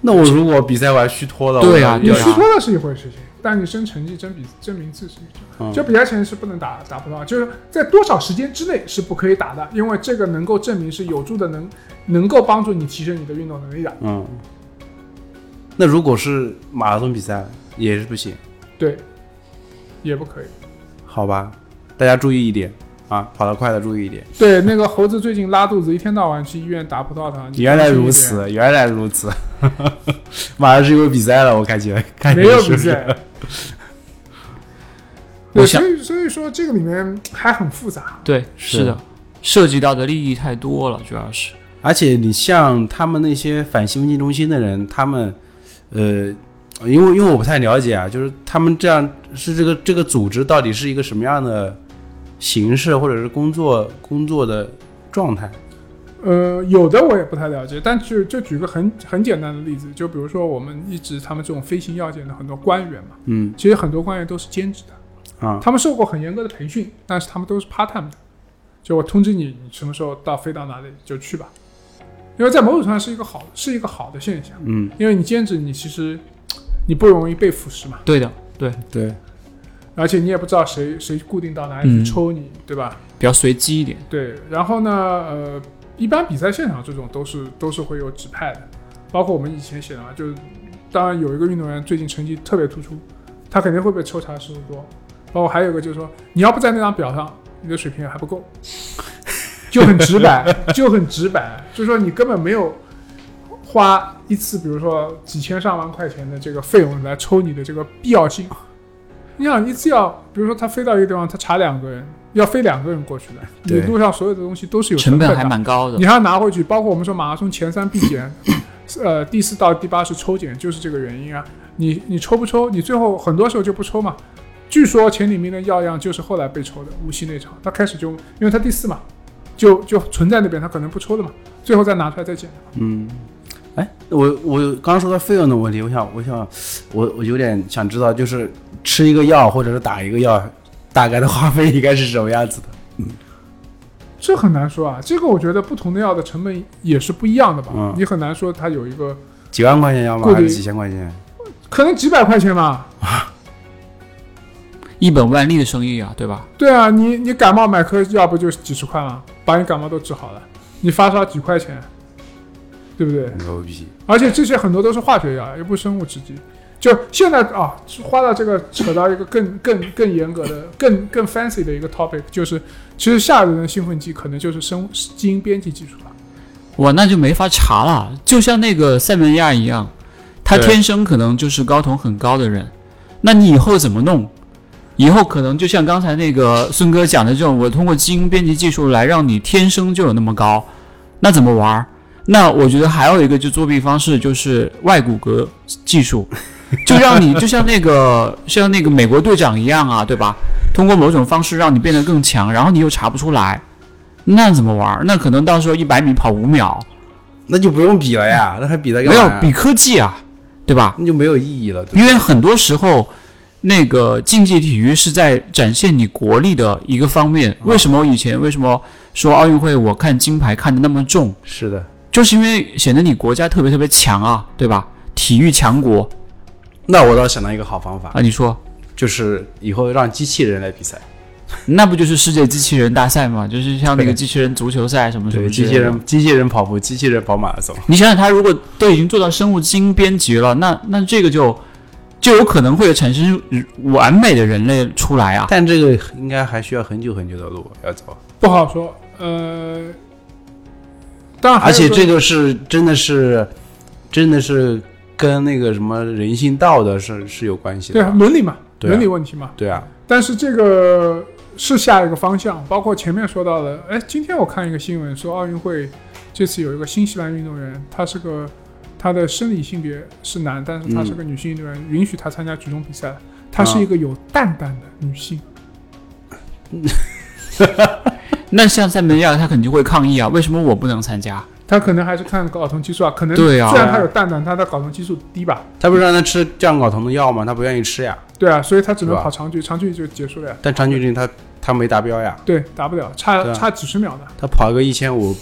Speaker 1: 那我如果比赛完虚脱了，
Speaker 3: 对啊
Speaker 1: 我
Speaker 2: 你
Speaker 1: 要
Speaker 3: 对啊
Speaker 2: 虚脱了是一回事情，但你真成绩、真比真名次是一回事。
Speaker 1: 嗯
Speaker 2: 就比赛前是不能打打葡萄糖，就是在多少时间之内是不可以打的，因为这个能够证明是有助的能能够帮助你提升你的运动能力的。
Speaker 1: 嗯，那如果是马拉松比赛也是不行，
Speaker 2: 对，也 不可以。
Speaker 1: 好吧？大家注意一点啊，跑得快的注意一点。
Speaker 2: 对，那个猴子最近拉肚子，一天到晚去医院打葡萄糖。你
Speaker 1: 原来
Speaker 2: 当心一
Speaker 1: 如
Speaker 2: 点
Speaker 1: 此，原来如此。 马上是有比赛了，我感 觉，感觉
Speaker 2: 没有
Speaker 1: 哎是
Speaker 2: 比
Speaker 1: 不是
Speaker 2: 赛。
Speaker 3: 我
Speaker 2: 对，
Speaker 3: 想
Speaker 2: 所以所以说这个里面还很复杂。
Speaker 3: 对，
Speaker 1: 是
Speaker 3: 是的，涉及到的利益太多了，主要是
Speaker 1: 而且你像他们那些反兴奋剂中心的人，他们，呃，因为因为我不太了解啊，就是他们这样是这个这个组织到底是一个什么样的形式，或者是工作工作的状态？
Speaker 2: 呃，有的我也不太了解，但是就举个很很简单的例子，就比如说我们一直他们这种飞行要件的很多官员嘛，
Speaker 1: 嗯
Speaker 2: 其实很多官员都是兼职的，
Speaker 1: 啊，
Speaker 2: 他们受过很严格的培训，但是他们都是 part time 的，就我通知你，你什么时候到飞到哪里就去吧，因为在某种程度上是一个好是一个好的现象，
Speaker 1: 嗯，
Speaker 2: 因为你兼职你其实你不容易被腐蚀嘛。
Speaker 3: 对的，
Speaker 1: 对，
Speaker 2: 而且你也不知道谁谁固定到哪里去
Speaker 3: 嗯
Speaker 2: 抽你，对吧？
Speaker 3: 比较随机一点。
Speaker 2: 对，然后呢，呃，一般比赛现场这种都是都是会有指派的，包括我们以前写的嘛，就是当然有一个运动员最近成绩特别突出，他肯定会被抽查失误多，包括还有一个就是说，你要不在那张表上，你的水平还不够，就很直白，就很直白，就说你根本没有花一次，比如说几千上万块钱的这个费用来抽你的这个必要性。你想一次要，比如说他飞到一个地方，他查两个人，要飞两个人过去的，你
Speaker 1: 对
Speaker 2: 路上所有的东西都是有
Speaker 3: 成
Speaker 2: 本的
Speaker 3: 本还蛮高的
Speaker 2: 你。还要拿回去，包括我们说马拉松前三必检， 呃，第四到第八是抽检，就是这个原因啊。你你抽不抽？你最后很多时候就不抽嘛。据说前几名的药样就是后来被抽的，无锡那场，他开始就因为他第四嘛，就就存在那边，他可能不抽了嘛，最后再拿出来再检。
Speaker 1: 嗯，哎，我我刚刚说到费用的问题，我想我想我我有点想知道，就是吃一个药或者是打一个药，大概的花费应该是什么样子的？
Speaker 2: 这很难说啊，这个我觉得不同的药的成本也是不一样的吧，
Speaker 1: 嗯
Speaker 2: 你很难说它有一个
Speaker 1: 几万块钱药吗？
Speaker 2: 贵的
Speaker 1: 还是几千块钱？
Speaker 2: 可能几百块钱吧，
Speaker 3: 一本万利的生意啊，对吧？
Speaker 2: 对啊，你你感冒买颗药不就几十块吗？把你感冒都治好了，你发烧几块钱，对不对？
Speaker 1: 牛逼！
Speaker 2: 而且这些很多都是化学药，又不是生物制剂。就现在啊，花到这个扯到一个更更更严格的、更更 fancy 的一个 topic，就是其实下一轮的兴奋剂可能就是生物基因编辑技术了。
Speaker 3: 哇，那就没法查了。就像那个塞门亚一样，他
Speaker 1: 对
Speaker 3: 天生可能就是睾酮很高的人，那你以后怎么弄？以后可能就像刚才那个孙哥讲的这种，我通过基因编辑技术来让你天生就有那么高，那怎么玩儿？那我觉得还有一个就作弊方式，就是外骨骼技术，就让你就像那个像那个美国队长一样啊，对吧？通过某种方式让你变得更强，然后你又查不出来，那怎么玩儿？那可能到时候一百米跑五秒，
Speaker 1: 那就不用比了呀，那还比它干
Speaker 3: 没
Speaker 1: 嘛
Speaker 3: 有
Speaker 1: 哎呀？
Speaker 3: 比科技啊，对吧？
Speaker 1: 那就没有意义了。对吧
Speaker 3: 因为很多时候，那个竞技体育是在展现你国力的一个方
Speaker 1: 啊
Speaker 3: 面。为什么以前为什么说奥运会我看金牌看得那么重，
Speaker 1: 是的，
Speaker 3: 就是因为显得你国家特别特别强啊，对吧？体育强国
Speaker 1: 那我倒想到一个好方法，
Speaker 3: 啊，你说
Speaker 1: 就是以后让机器人来比赛。
Speaker 3: 那不就是世界机器人大赛吗？就是像那个
Speaker 1: 对
Speaker 3: 机器人足球赛嗯什么什么
Speaker 1: 对，
Speaker 3: 之
Speaker 1: 机
Speaker 3: 类
Speaker 1: 器
Speaker 3: 的。
Speaker 1: 人机器人跑步，机器人跑马拉松。
Speaker 3: 你想想，他如果都已经做到生物基因编辑了，那那这个就就有可能会产生完美的人类出来啊。
Speaker 1: 但这个应该还需要很久很久的路要走，
Speaker 2: 不好说，呃，当 然还
Speaker 1: 而
Speaker 2: 有
Speaker 1: 且
Speaker 2: 个
Speaker 1: 这个是真的是真的是跟那个什么人性道德是是有关系
Speaker 2: 对
Speaker 1: 的
Speaker 2: 啊
Speaker 1: 吧。
Speaker 2: 伦理嘛，
Speaker 1: 对啊
Speaker 2: 伦理问题嘛。
Speaker 1: 对啊，
Speaker 2: 但是这个是下一个方向，包括前面说到的，哎，今天我看一个新闻说奥运会这次有一个新西兰运动员，他是个他的生理性别是男，但是他是个女性运动员，允许他参加举重比赛，她是一个有蛋蛋的女性。
Speaker 3: 那像塞门亚，他肯定会抗议啊！为什么我不能参加？
Speaker 2: 她可能还是看睾酮激素啊，可能
Speaker 3: 对啊
Speaker 2: 虽然她有蛋蛋，她的睾酮激素低吧，
Speaker 1: 他不是让他吃降睾酮的药吗？他不愿意吃呀，
Speaker 2: 对啊，所以她只能
Speaker 1: 是吧
Speaker 2: 跑长距，长距离就结束了呀，
Speaker 1: 但长距离他他没达标呀，
Speaker 2: 对，达不了，差、
Speaker 1: 对啊
Speaker 2: 差几十秒的，
Speaker 1: 他跑个一千五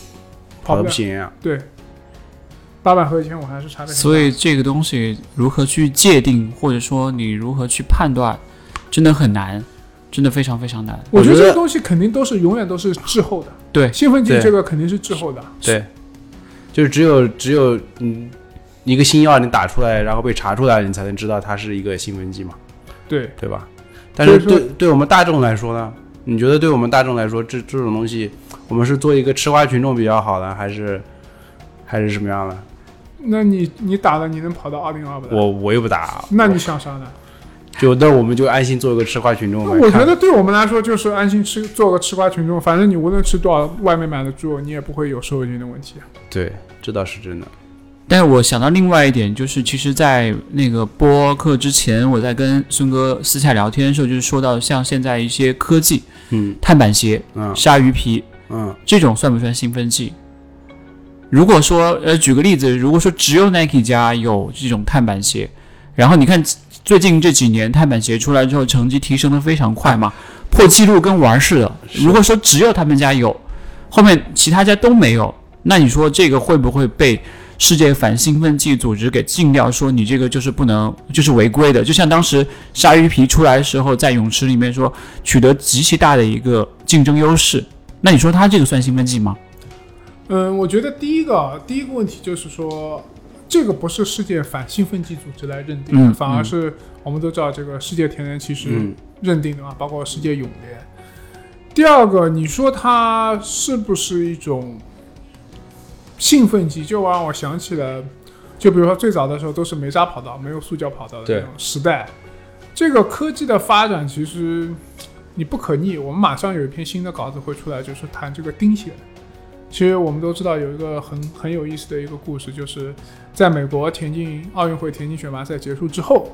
Speaker 1: 跑
Speaker 2: 跑
Speaker 1: 的
Speaker 2: 不
Speaker 1: 不
Speaker 2: 了，
Speaker 1: 行呀。
Speaker 2: 对，八百和一千我还是差的，
Speaker 3: 所以这个东西如何去界定，或者说你如何去判断，真的很难，真的非常非常难。
Speaker 2: 我觉
Speaker 1: 我觉
Speaker 2: 得
Speaker 1: 得
Speaker 2: 这个东西肯定都是永远都是滞后的。
Speaker 3: 对
Speaker 2: 兴奋剂
Speaker 1: 对
Speaker 2: 这个肯定是滞后的。
Speaker 1: 对，就是只有只有嗯一个新药你打出来，然后被查出来，你才能知道它是一个兴奋剂嘛，
Speaker 2: 对，
Speaker 1: 对吧？但是
Speaker 2: 所以说
Speaker 1: 对对我们大众来说呢，你觉得对我们大众来说，这这种东西，我们是做一个吃瓜群众比较好呢，还是还是什么样的？
Speaker 2: 那你你打了，你能跑到二零二不？
Speaker 1: 我我又不打，
Speaker 2: 那你想啥呢？
Speaker 1: 就那我们就安心做一个吃瓜群众
Speaker 2: 那
Speaker 1: 呗。
Speaker 2: 我觉
Speaker 1: 看
Speaker 2: 得对我们来说就是安心吃，做个吃瓜群众。反正你无论吃多少外面买的猪肉，你也不会有瘦肉精的问题。
Speaker 1: 对，这倒是真的。
Speaker 3: 但是我想到另外一点，就是其实，在那个播客之前，我在跟孙哥私下聊天的时候，就是说到像现在一些科技，
Speaker 1: 嗯
Speaker 3: 碳板鞋、
Speaker 1: 嗯
Speaker 3: 鲨鱼皮
Speaker 1: 嗯，
Speaker 3: 这种算不算兴奋剂？如果说，呃，举个例子，如果说只有 Nike 家有这种碳板鞋，然后你看最近这几年碳板鞋出来之后，成绩提升的非常快嘛，破纪录跟玩儿似的。
Speaker 1: 是
Speaker 3: 如果说只有他们家有，后面其他家都没有，那你说这个会不会被世界反兴奋剂组织给禁掉？说你这个就是不能，就是违规的。就像当时鲨鱼皮出来的时候，在泳池里面说取得极其大的一个竞争优势，那你说他这个算兴奋剂吗？
Speaker 2: 嗯，我觉得第一个啊第一个问题就是说，这个不是世界反兴奋剂组织来认定的，
Speaker 3: 嗯
Speaker 2: 反而是我们都知道这个世界田联其实
Speaker 1: 嗯
Speaker 2: 认定的嘛，包括世界泳联。第二个，你说它啊是不是一种兴奋剂？就让我想起了就比如说最早的时候都是煤渣跑道，没有塑胶跑道的那种时代，这个科技的发展其实你不可逆。我们马上有一篇新的稿子会出来，就是谈这个钉鞋。其实我们都知道有一个很很有意思的一个故事，就是在美国田径奥运会田径选拔赛结束之后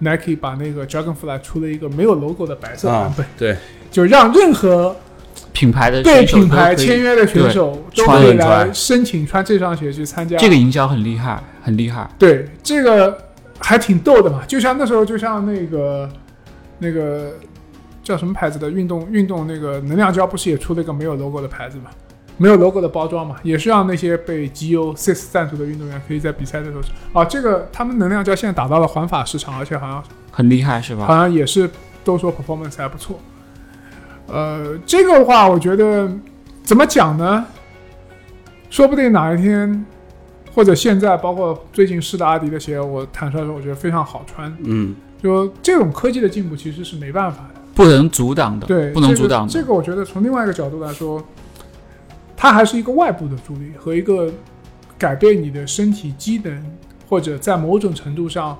Speaker 2: ，Nike 把那个 Dragonfly 出了一个没有 logo 的白色版
Speaker 1: 啊
Speaker 2: 本，，
Speaker 1: 对，
Speaker 2: 就让任何
Speaker 3: 品牌的
Speaker 2: 被
Speaker 3: 选手都
Speaker 2: 品牌
Speaker 3: 可以
Speaker 2: 签约的选手
Speaker 3: 对
Speaker 2: 都可
Speaker 1: 穿
Speaker 2: 以来
Speaker 1: 穿
Speaker 2: 申请穿这双鞋去参加
Speaker 3: 这个营销很厉害，很厉害。
Speaker 2: 对，这个还挺逗的嘛。就像那时候，就像那个那个叫什么牌子的运动运动那个能量胶，不是也出了一个没有 logo 的牌子嘛？没有 logo 的包装嘛，也是让那些被 GU SIS 赞助的运动员可以在比赛的时候，哦，这个他们能量胶现在打到了环法市场，而且好像
Speaker 3: 很厉害是吧？
Speaker 2: 好像也是都说 performance 还不错。呃，这个的话，我觉得怎么讲呢？说不定哪一天，或者现在，包括最近试的阿迪的鞋，我坦率说，我觉得非常好穿。
Speaker 1: 嗯，
Speaker 2: 就这种科技的进步，其实是没办法的。
Speaker 3: 不能阻挡的，
Speaker 2: 对，
Speaker 3: 不能阻挡的。
Speaker 2: 这个。这个我觉得从另外一个角度来说，它还是一个外部的助力和一个改变你的身体机能，或者在某种程度上，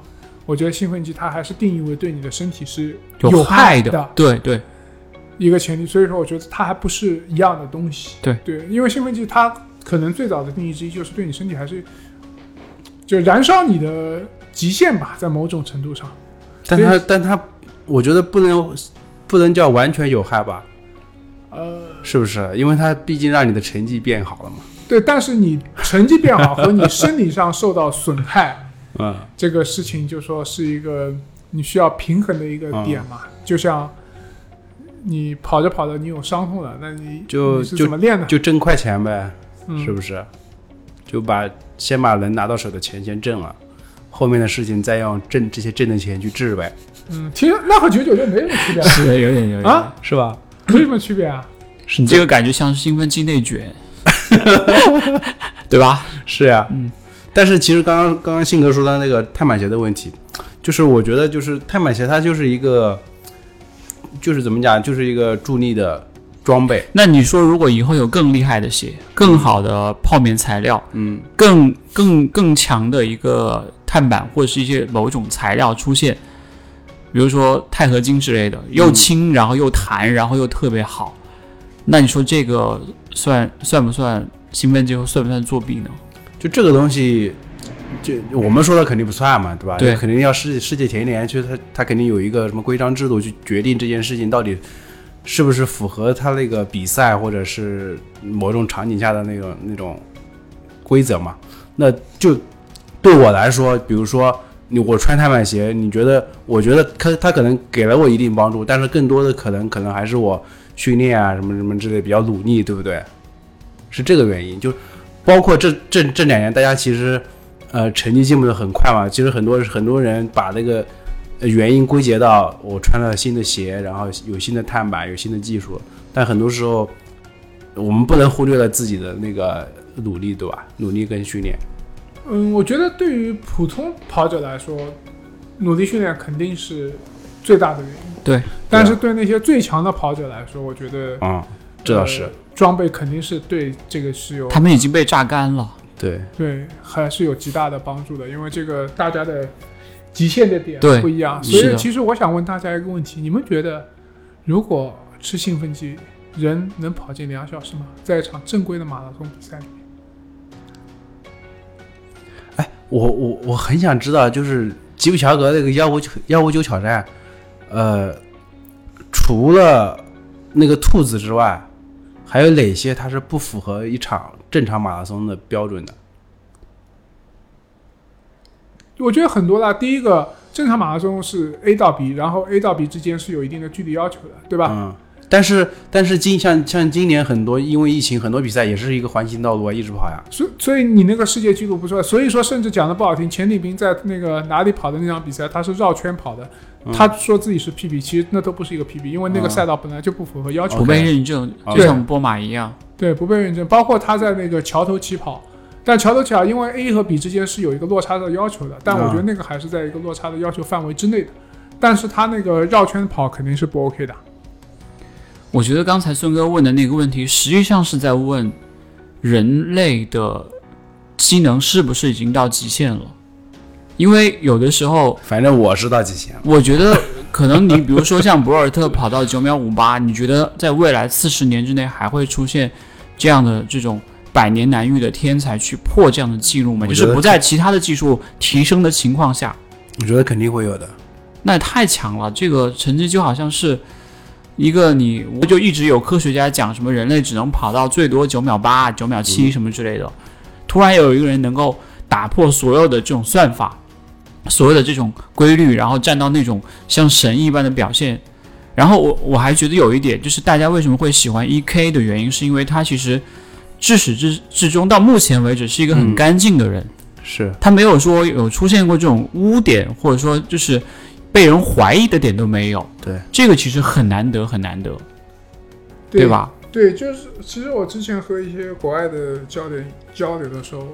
Speaker 2: 我觉得兴奋剂它还是定义为对你的身体是
Speaker 3: 有
Speaker 2: 害
Speaker 3: 的，对对，
Speaker 2: 一个前提。所以说，我觉得它还不是一样的东西。
Speaker 3: 对
Speaker 2: 对，因为兴奋剂它可能最早的定义之一就是对你身体还是就燃烧你的极限吧，在某种程度上。
Speaker 1: 但他但他，我觉得不能不能叫完全有害吧，
Speaker 2: 呃，
Speaker 1: 是不是？因为他毕竟让你的成绩变好了嘛。
Speaker 2: 对，但是你成绩变好和你生理上受到损害，
Speaker 1: 嗯，
Speaker 2: 这个事情就说是一个你需要平衡的一个点嘛，
Speaker 1: 嗯
Speaker 2: 就像你跑着跑着你有伤痛了，那你
Speaker 1: 就
Speaker 2: 你是怎么练的？
Speaker 1: 就挣快钱呗，
Speaker 2: 嗯
Speaker 1: 是不是？就把先把能拿到手的钱先挣了，后面的事情再用挣这些挣的钱去治呗，
Speaker 2: 嗯，其实那和九九就没什么区别
Speaker 3: 是的，有点有点
Speaker 2: 啊，
Speaker 1: 是吧？
Speaker 2: 没什么区别啊。
Speaker 1: 是
Speaker 3: 你这个感觉像是兴奋剂 内卷， 对吧？
Speaker 1: 是呀、
Speaker 3: 嗯。
Speaker 1: 但是其实刚刚刚刚信哥说到那个碳板鞋的问题，就是我觉得就是碳板鞋它就是一个，就是怎么讲，就是一个助力的装备。
Speaker 3: 那你说，如果以后有更厉害的鞋、更好的泡棉材料、
Speaker 1: 嗯，
Speaker 3: 更更更强的一个碳板或者是一些某种材料出现，比如说钛合金之类的，又轻，然后又弹，然后又特别好，那你说这个算算不算兴奋剂，或算不算作弊呢？
Speaker 1: 就这个东西，就我们说的肯定不算嘛，对吧？
Speaker 3: 对
Speaker 1: 肯定要世世界田联去，它它肯定有一个什么规章制度去决定这件事情到底是不是符合它那个比赛或者是某种场景下的那种那种规则嘛。那就对我来说，比如说你我穿碳板鞋，你觉得我觉得它它可能给了我一定帮助，但是更多的可能可能还是我训练啊什么什么之类比较努力，对不对？是这个原因，就包括这这这两年，大家其实呃成绩进步的很快嘛，其实很多很多人把那个呃原因归结到我穿了新的鞋，然后有新的碳板，有新的技术，但很多时候我们不能忽略了自己的那个努力，对吧？努力跟训练，
Speaker 2: 嗯，我觉得对于普通跑者来说，努力训练肯定是最大的原因。
Speaker 3: 对，啊
Speaker 2: 但是对那些最强的跑者来说，我觉得
Speaker 1: 嗯，这倒是
Speaker 2: 呃装备肯定是对这个是有
Speaker 3: 他们已经被榨干了。
Speaker 1: 对，
Speaker 2: 对，还是有极大的帮助的，因为这个大家的极限的点
Speaker 3: 对
Speaker 2: 不一样，
Speaker 3: 是
Speaker 2: 所以
Speaker 3: 的
Speaker 2: 其实我想问大家一个问题：你们觉得如果吃兴奋剂，人能跑进两小时吗？在一场正规的马拉松比赛里面，
Speaker 1: 我我我很想知道，就是吉普乔格那个幺五九幺五九挑战，呃，除了那个兔子之外，还有哪些它是不符合一场正常马拉松的标准的？
Speaker 2: 我觉得很多啦。第一个，正常马拉松是 A 到 B，然后 A 到 B 之间是有一定的距离要求的，对吧？
Speaker 1: 嗯，但是但是今像像今年很多因为疫情，很多比赛也是一个环形道路啊，一直跑呀。
Speaker 2: 所所以你那个世界纪录不错，所以说甚至讲的不好听，钱鼎斌在那个哪里跑的那场比赛，他是绕圈跑的，
Speaker 1: 嗯
Speaker 2: 他说自己是 PB，其实那都不是一个 PB，因为那个赛道本来就不符合要求。
Speaker 3: 不
Speaker 1: OK
Speaker 3: 被认证，
Speaker 1: OK
Speaker 3: 就像波马一样，
Speaker 2: 对，不被认证。包括他在那个桥头起跑，但桥头起跑因为 A 和 B 之间是有一个落差的要求的，但我
Speaker 1: 啊
Speaker 2: 觉得那个还是在一个落差的要求范围之内的。但是他那个绕圈跑肯定是不 OK 的。
Speaker 3: 我觉得刚才孙哥问的那个问题，实际上是在问人类的机能是不是已经到极限了？因为有的时候，
Speaker 1: 反正我是到极限了。
Speaker 3: 我觉得可能你比如说像博尔特跑到九秒五八，你觉得在未来四十年之内还会出现这样的这种百年难遇的天才去破这样的记录吗？
Speaker 1: 我
Speaker 3: 就
Speaker 1: 觉
Speaker 3: 是
Speaker 1: 得
Speaker 3: 不在其他的技术提升的情况下，
Speaker 1: 我觉得肯定会有的。
Speaker 3: 那也太强了，这个成绩就好像是一个你，我就一直有科学家讲什么人类只能跑到最多九秒八、九秒七什么之类的，突然有一个人能够打破所有的这种算法，所有的这种规律，然后站到那种像神一般的表现。然后我我还觉得有一点，就是大家为什么会喜欢 E K 的原因，是因为他其实至始至至终到目前为止是一个很
Speaker 1: 嗯
Speaker 3: 干净的人，
Speaker 1: 是，
Speaker 3: 他没有说有出现过这种污点，或者说就是被人怀疑的点都没有。
Speaker 1: 对，
Speaker 3: 这个其实很难得，很难得，
Speaker 2: 对
Speaker 3: 对？吧？
Speaker 2: 对，就是其实我之前和一些国外的教练交流的时候，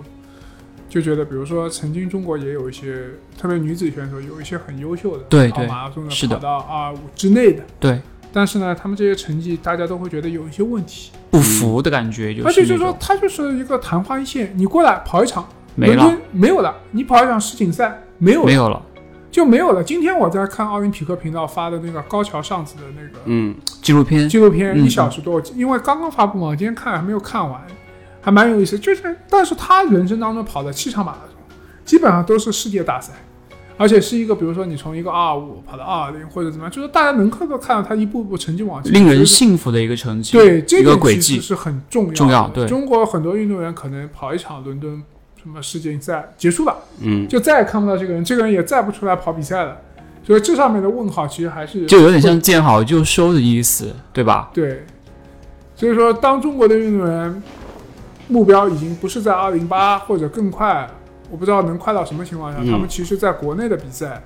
Speaker 2: 就觉得，比如说曾经中国也有一些，特别女子选手有一些很优秀的，
Speaker 3: 对
Speaker 2: 跑
Speaker 3: 对
Speaker 2: 马拉松
Speaker 3: 是的
Speaker 2: 跑到二五之内的，
Speaker 3: 对，
Speaker 2: 但是呢，他们这些成绩大家都会觉得有一些问题，
Speaker 3: 不服的感觉就
Speaker 2: 嗯
Speaker 3: 是
Speaker 2: 而且就是
Speaker 3: 那
Speaker 2: 说
Speaker 3: 种
Speaker 2: 他就是一个昙花一现，你过来跑一场，
Speaker 3: 没
Speaker 2: 伦
Speaker 3: 了
Speaker 2: 敦，没有了，你跑一场世锦赛没有了，
Speaker 3: 没有了，
Speaker 2: 就没有了。今天我在看奥林匹克频道发的那个高桥尚子的那个
Speaker 1: 嗯，
Speaker 3: 纪录片
Speaker 2: 纪录片
Speaker 3: 嗯
Speaker 2: 一小时多，因为刚刚发布嘛，我今天看还没有看完，还蛮有意思。就是，但是他人生当中跑的七场马拉松，基本上都是世界大赛，而且是一个，比如说你从一个二五跑到二零或者怎么样，就是大家能够看到他一步步成绩往前，
Speaker 3: 令人
Speaker 2: 就是
Speaker 3: 信服的一个成绩，
Speaker 2: 对这
Speaker 3: 一个
Speaker 2: 点
Speaker 3: 轨
Speaker 2: 其实
Speaker 3: 迹，
Speaker 2: 是很重要的
Speaker 3: 重要对
Speaker 2: 中国很多运动员可能跑一场伦敦什么世锦赛结束了，
Speaker 1: 嗯，
Speaker 2: 就再也看不到这个人，这个人也再不出来跑比赛了，所以这上面的问号其实还是
Speaker 3: 就有点像见好就收的意思，对吧？
Speaker 2: 对，所以说，当中国的运动员目标已经不是在二零八或者更快，我不知道能快到什么情况下，
Speaker 1: 嗯
Speaker 2: 他们其实在国内的比赛，